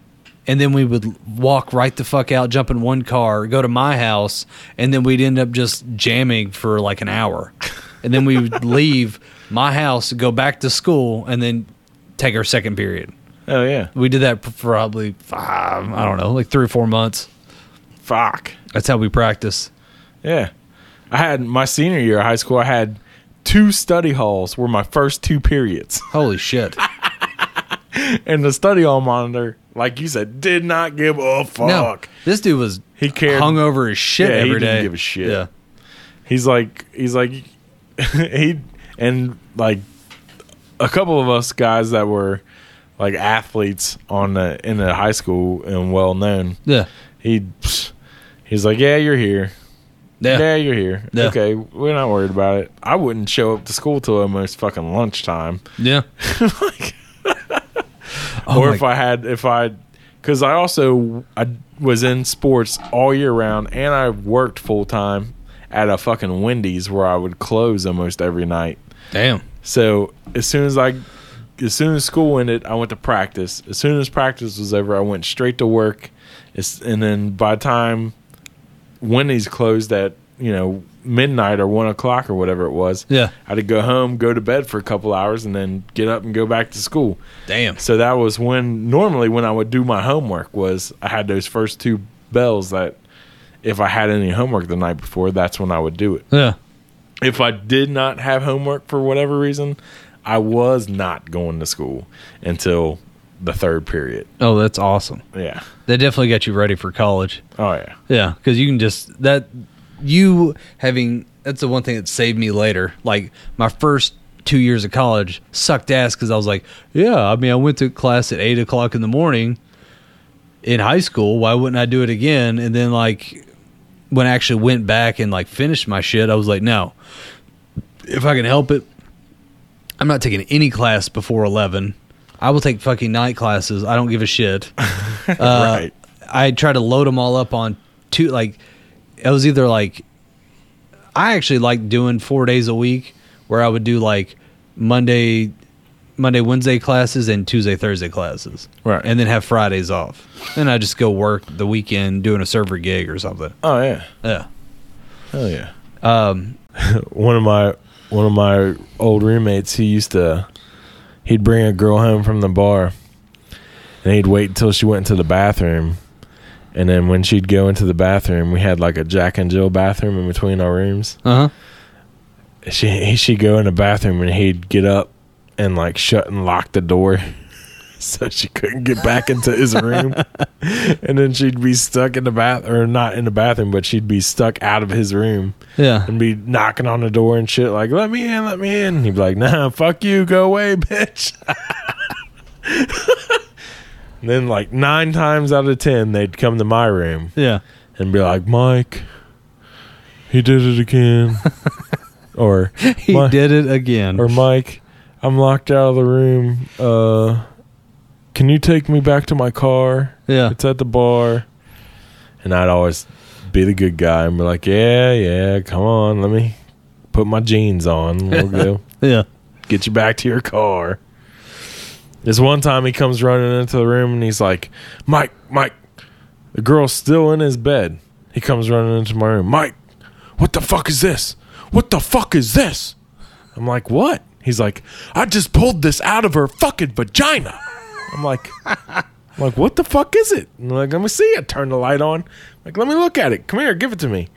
[SPEAKER 3] and then we would walk right the fuck out, jump in one car, go to my house, and then we'd end up just jamming for like an hour, and then we would leave my house, go back to school, and then take our second period.
[SPEAKER 2] Oh yeah.
[SPEAKER 3] We did that for probably five, I don't know, like three or four months.
[SPEAKER 2] Fuck.
[SPEAKER 3] That's how we practice.
[SPEAKER 2] Yeah. I had my senior year of high school, I had two study halls were my first two periods. [laughs]
[SPEAKER 3] Holy shit!
[SPEAKER 2] And the study hall monitor, like you said, did not give a fuck.
[SPEAKER 3] No, this dude was
[SPEAKER 2] He cared.
[SPEAKER 3] hung over his shit
[SPEAKER 2] Yeah, he
[SPEAKER 3] every day.
[SPEAKER 2] didn't give a shit.
[SPEAKER 3] Yeah.
[SPEAKER 2] He's like he's like [laughs] he and like a couple of us guys that were like athletes on the in the high school and well known.
[SPEAKER 3] Yeah.
[SPEAKER 2] He he's like, "Yeah, you're here.
[SPEAKER 3] Yeah.
[SPEAKER 2] Yeah, you're here.
[SPEAKER 3] Yeah.
[SPEAKER 2] Okay, we're not worried about it. I wouldn't show up to school till almost fucking lunchtime.
[SPEAKER 3] Yeah.
[SPEAKER 2] [laughs]
[SPEAKER 3] Oh
[SPEAKER 2] or
[SPEAKER 3] my-
[SPEAKER 2] if I had, if I, because I also I was in sports all year round, and I worked full time at a fucking Wendy's where I would close almost every night.
[SPEAKER 3] Damn.
[SPEAKER 2] So as soon as I, as soon as school ended, I went to practice. As soon as practice was over, I went straight to work. It's, and then by the time Wendy's closed at you know midnight or one o'clock or whatever it was,
[SPEAKER 3] Yeah.
[SPEAKER 2] I had to go home, go to bed for a couple hours, and then get up and go back to school.
[SPEAKER 3] Damn.
[SPEAKER 2] So that was when normally when I would do my homework was I had those first two bells that if I had any homework the night before, that's when I would do it.
[SPEAKER 3] Yeah.
[SPEAKER 2] If I did not have homework for whatever reason, I was not going to school until the third period.
[SPEAKER 3] Oh, that's awesome.
[SPEAKER 2] Yeah.
[SPEAKER 3] That definitely got you ready for college.
[SPEAKER 2] Oh yeah.
[SPEAKER 3] Yeah, because you can just that you having that's the one thing that saved me later. Like my first two years of college sucked ass because I was like, yeah, I mean, I went to class at eight o'clock in the morning in high school. Why wouldn't I do it again? And then like when I actually went back and like finished my shit, I was like, no, if I can help it, I'm not taking any class before eleven. I will take fucking night classes. I don't give a shit. Uh,
[SPEAKER 2] right.
[SPEAKER 3] I tried to load them all up on two. Like it was either like I actually like doing four days a week, where I would do like Monday, Monday, Wednesday classes and Tuesday, Thursday classes,
[SPEAKER 2] Right.
[SPEAKER 3] And then have Fridays off. Then I just go work the weekend doing a server gig or something.
[SPEAKER 2] Oh yeah.
[SPEAKER 3] Yeah,
[SPEAKER 2] Oh yeah. Um, one of my one of my old roommates, he used to he'd bring a girl home from the bar, and he'd wait until she went into the bathroom, and then when she'd go into the bathroom, we had like a Jack and Jill bathroom in between our rooms.
[SPEAKER 3] uh huh.
[SPEAKER 2] She he, she'd go in the bathroom, and he'd get up and like shut and lock the door. [laughs] So she couldn't get back into his room, and then she'd be stuck in the bath, or not in the bathroom, but she'd be stuck out of his room
[SPEAKER 3] Yeah,
[SPEAKER 2] and be knocking on the door and shit like let me in let me in and he'd be like nah fuck you go away [laughs] bitch and then like nine times out of ten they'd come to my room
[SPEAKER 3] yeah.
[SPEAKER 2] and be like mike he did it
[SPEAKER 3] [laughs]
[SPEAKER 2] again or
[SPEAKER 3] He
[SPEAKER 2] "Mi-
[SPEAKER 3] did it again.
[SPEAKER 2] or mike i'm locked out of the room uh can you take me back to my car
[SPEAKER 3] yeah,
[SPEAKER 2] it's at the bar. And I'd always be the good guy and be like, yeah, yeah, come on, let me put my jeans on. We'll
[SPEAKER 3] [laughs]
[SPEAKER 2] go
[SPEAKER 3] yeah.
[SPEAKER 2] get you back to your car. This one time he comes running into the room and he's like, Mike, Mike, the girl's still in his bed. He comes running into my room, Mike, what the fuck is this? What the fuck is this? I'm like, what? He's like, I just pulled this out of her fucking vagina. I'm like, I'm like, what the fuck is it? And I'm like, let me see it. Turn the light on. like, let me look at it. Come here, give it to me.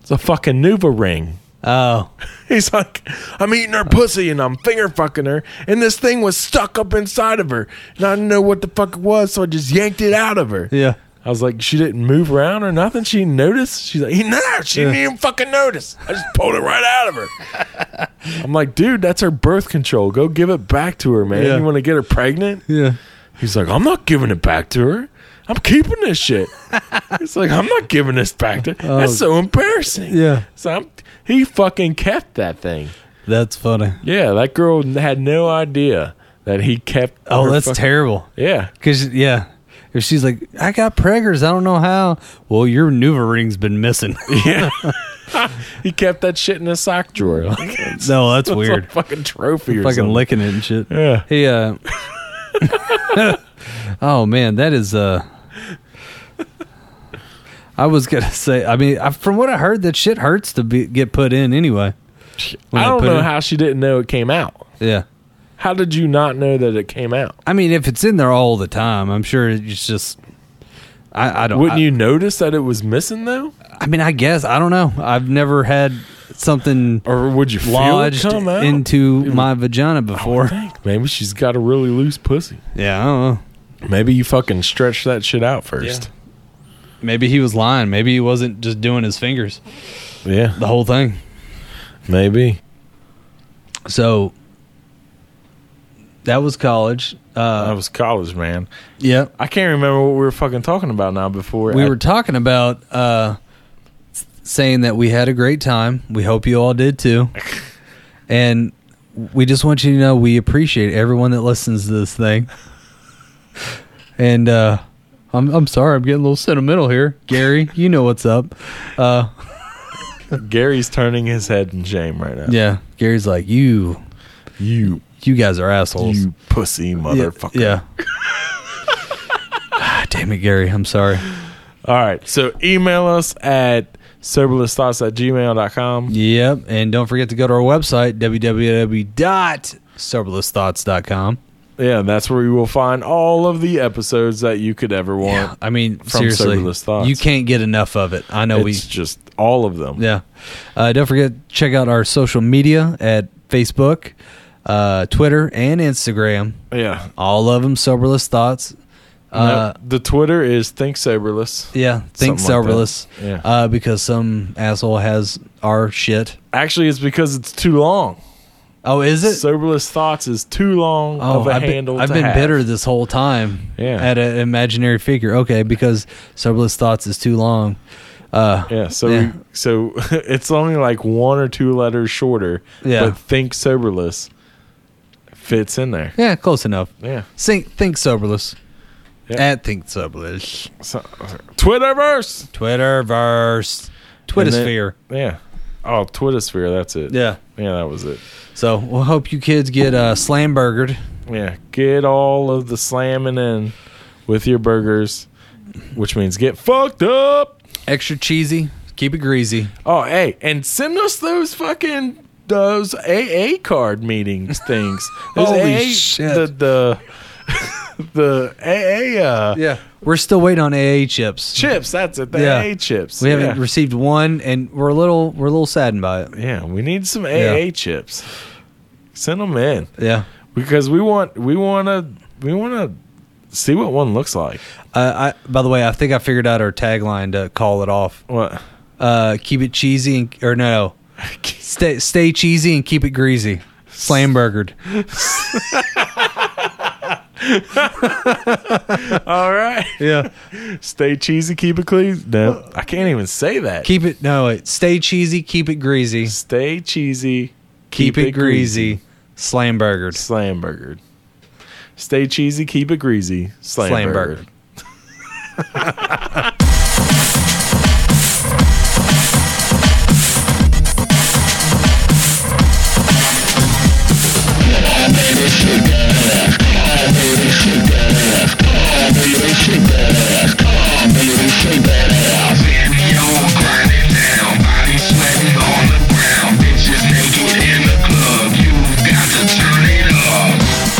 [SPEAKER 2] It's a fucking Nuva ring.
[SPEAKER 3] Oh,
[SPEAKER 2] He's like, I'm eating her pussy and I'm finger fucking her, and this thing was stuck up inside of her, and I didn't know what the fuck it was, so I just yanked it out of her.
[SPEAKER 3] yeah.
[SPEAKER 2] I was like, she didn't move around or nothing. She didn't notice. She's like, no, she didn't even fucking notice. I just pulled it right out of her.
[SPEAKER 3] [laughs]
[SPEAKER 2] I'm like, dude, that's her birth control. Go give it back to her, man.
[SPEAKER 3] Yeah.
[SPEAKER 2] You want to get her pregnant?
[SPEAKER 3] Yeah.
[SPEAKER 2] He's like, I'm not giving it back to her. I'm keeping this
[SPEAKER 3] [laughs]
[SPEAKER 2] shit. He's like, I'm not giving this back to her. That's so embarrassing.
[SPEAKER 3] Oh. Yeah.
[SPEAKER 2] So I'm, he fucking kept that thing.
[SPEAKER 3] That's funny.
[SPEAKER 2] Yeah, that girl had no idea that he kept.
[SPEAKER 3] Oh,
[SPEAKER 2] her
[SPEAKER 3] that's
[SPEAKER 2] fuck-
[SPEAKER 3] terrible.
[SPEAKER 2] Yeah,
[SPEAKER 3] Cause yeah, if she's like, I got preggers, I don't know how. Well, your NuvaRing's
[SPEAKER 2] [laughs]
[SPEAKER 3] been missing.
[SPEAKER 2] yeah. he kept that shit in his sock drawer. Like, it's
[SPEAKER 3] no, [laughs] that's
[SPEAKER 2] a
[SPEAKER 3] weird.
[SPEAKER 2] fucking trophy or
[SPEAKER 3] Fucking
[SPEAKER 2] something.
[SPEAKER 3] licking it and shit.
[SPEAKER 2] Yeah.
[SPEAKER 3] He uh, [laughs] Oh man, that is uh I was gonna say. I mean, I, from what I heard, that shit hurts to be, get put in anyway. When
[SPEAKER 2] I
[SPEAKER 3] they
[SPEAKER 2] don't
[SPEAKER 3] put
[SPEAKER 2] know
[SPEAKER 3] it-
[SPEAKER 2] how she didn't know it came out.
[SPEAKER 3] Yeah,
[SPEAKER 2] How did you not know that it came out?
[SPEAKER 3] I mean, if it's in there all the time, I'm sure it's just. I, I don't.
[SPEAKER 2] Wouldn't
[SPEAKER 3] I,
[SPEAKER 2] you notice that it was missing though,
[SPEAKER 3] I mean, I guess I don't know. I've never had something
[SPEAKER 2] or would you feel it
[SPEAKER 3] lodged
[SPEAKER 2] come out? Oh,
[SPEAKER 3] into my vagina before.
[SPEAKER 2] Think, Maybe she's got a really loose pussy.
[SPEAKER 3] Yeah, I don't know.
[SPEAKER 2] Maybe you fucking stretch that shit out first.
[SPEAKER 3] Maybe he was lying. Maybe he wasn't just doing his fingers
[SPEAKER 2] Yeah,
[SPEAKER 3] the whole thing.
[SPEAKER 2] maybe.
[SPEAKER 3] So that was college.
[SPEAKER 2] That
[SPEAKER 3] Uh,
[SPEAKER 2] was college, man.
[SPEAKER 3] yeah,
[SPEAKER 2] I can't remember what we were fucking talking about now. Before
[SPEAKER 3] we
[SPEAKER 2] I-
[SPEAKER 3] were talking about uh, saying that we had a great time. We hope you all
[SPEAKER 2] [laughs]
[SPEAKER 3] did too. And we just want you to know we appreciate everyone that listens to this thing. And uh, I'm I'm sorry, I'm getting a little sentimental here, Gary. You know what's up. Uh,
[SPEAKER 2] Gary's turning his head in shame right now.
[SPEAKER 3] yeah, Gary's like you.
[SPEAKER 2] You,
[SPEAKER 3] You guys are assholes.
[SPEAKER 2] you pussy
[SPEAKER 3] yeah.
[SPEAKER 2] motherfucker. [laughs]
[SPEAKER 3] yeah. God damn it, Gary. I'm sorry.
[SPEAKER 2] All right. So email us at soberlessthoughts at gmail.com.
[SPEAKER 3] Yep. And don't forget to go to our website, www.soberlessthoughts.com.
[SPEAKER 2] Yeah, and that's where you will find all of the episodes that you could ever want.
[SPEAKER 3] I mean,
[SPEAKER 2] From
[SPEAKER 3] seriously,
[SPEAKER 2] Soberless Thoughts.
[SPEAKER 3] you can't get enough of it. I know
[SPEAKER 2] It's just all of them.
[SPEAKER 3] we. Yeah. Uh, don't forget to check out our social media at Facebook, uh, Twitter, and Instagram.
[SPEAKER 2] Yeah.
[SPEAKER 3] All of them Soberless Thoughts. Uh,
[SPEAKER 2] No, the Twitter is Think Soberless.
[SPEAKER 3] Yeah, think
[SPEAKER 2] Something like that.
[SPEAKER 3] soberless.
[SPEAKER 2] Yeah.
[SPEAKER 3] uh, because some asshole has our shit.
[SPEAKER 2] Actually, it's because it's too long.
[SPEAKER 3] Oh, is it?
[SPEAKER 2] Soberless Thoughts is too long of
[SPEAKER 3] Oh,
[SPEAKER 2] a
[SPEAKER 3] I've been,
[SPEAKER 2] handle.
[SPEAKER 3] I've
[SPEAKER 2] to
[SPEAKER 3] been
[SPEAKER 2] have.
[SPEAKER 3] bitter this whole time
[SPEAKER 2] Yeah.
[SPEAKER 3] at an imaginary figure. Okay, because Soberless Thoughts is too long. Uh,
[SPEAKER 2] Yeah, so
[SPEAKER 3] Yeah.
[SPEAKER 2] We, so [laughs] it's only like one or two letters shorter.
[SPEAKER 3] Yeah.
[SPEAKER 2] but think soberless fits in there.
[SPEAKER 3] yeah, close enough.
[SPEAKER 2] Yeah,
[SPEAKER 3] Think, think Soberless.
[SPEAKER 2] Yeah.
[SPEAKER 3] At Think Soberless.
[SPEAKER 2] so, Twitterverse,
[SPEAKER 3] Twitterverse. Twittersphere.
[SPEAKER 2] Yeah, oh Twittersphere, that's it.
[SPEAKER 3] Yeah.
[SPEAKER 2] yeah, that was it.
[SPEAKER 3] So we'll hope you kids get uh, slam burgered.
[SPEAKER 2] Yeah, get all of the slamming in with your burgers, which means get fucked up.
[SPEAKER 3] Extra cheesy. Keep
[SPEAKER 2] [laughs]
[SPEAKER 3] it greasy.
[SPEAKER 2] Oh, hey, and send us those fucking those AA card
[SPEAKER 3] [laughs]
[SPEAKER 2] meetings things. Those
[SPEAKER 3] Holy
[SPEAKER 2] AA
[SPEAKER 3] shit.
[SPEAKER 2] The [laughs] the the AA uh,
[SPEAKER 3] Yeah. We're still waiting on AA chips.
[SPEAKER 2] chips. That's it. The
[SPEAKER 3] Yeah.
[SPEAKER 2] AA chips.
[SPEAKER 3] We haven't
[SPEAKER 2] yeah.
[SPEAKER 3] received one, and we're a little we're a little saddened by it.
[SPEAKER 2] yeah, we need some AA
[SPEAKER 3] Yeah.
[SPEAKER 2] chips. Send them in
[SPEAKER 3] Yeah,
[SPEAKER 2] because we want we want to we want to see what one looks like.
[SPEAKER 3] uh, I by the way, I think I figured out our tagline to call it off.
[SPEAKER 2] What? [laughs]
[SPEAKER 3] Uh, keep it cheesy, and, or no, stay stay cheesy and keep it greasy. Slam burgered.
[SPEAKER 2] All right.
[SPEAKER 3] Yeah,
[SPEAKER 2] Stay cheesy, keep it clean. No, I can't even say that.
[SPEAKER 3] Uh, keep it no. Wait, stay cheesy, keep it greasy, keep,
[SPEAKER 2] Stay cheesy,
[SPEAKER 3] it, greasy. Slam burgered.
[SPEAKER 2] Slam burgered. Stay cheesy, keep it greasy. Slam,
[SPEAKER 3] Slam
[SPEAKER 2] burgered.
[SPEAKER 3] burgered.
[SPEAKER 1] Turn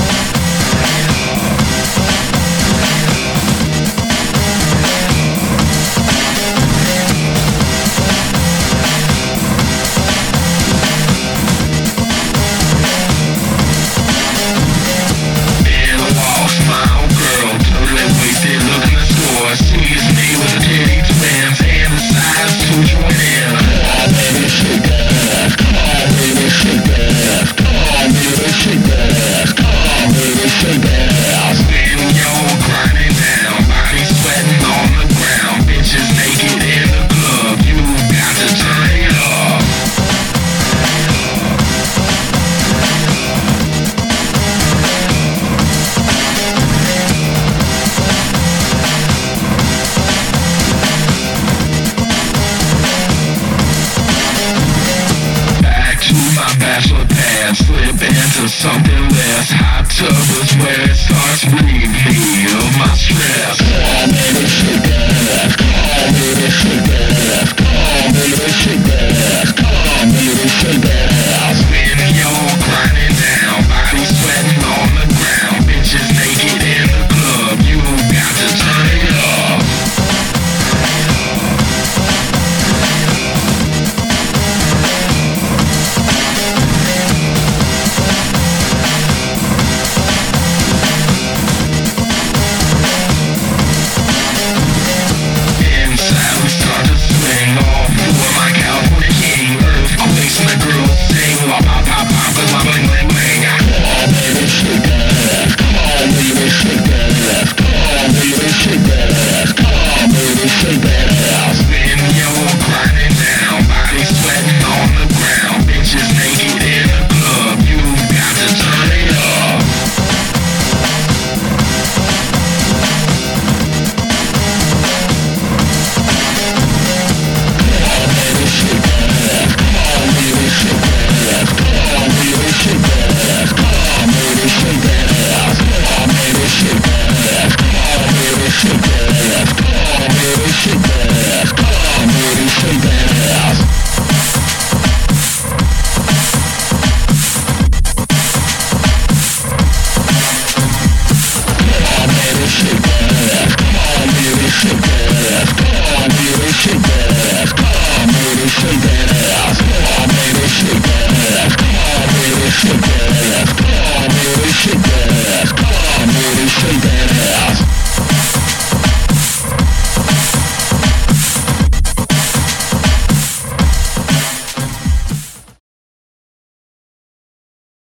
[SPEAKER 1] it wasted, look in the store. See his name with the titty twins and the size to join in. Spin your grinding down, body sweating on the ground. Bitches naked in the club, you got to turn it up. Back to my bachelor pad, slip into something less. Hot tub is where it starts breathing.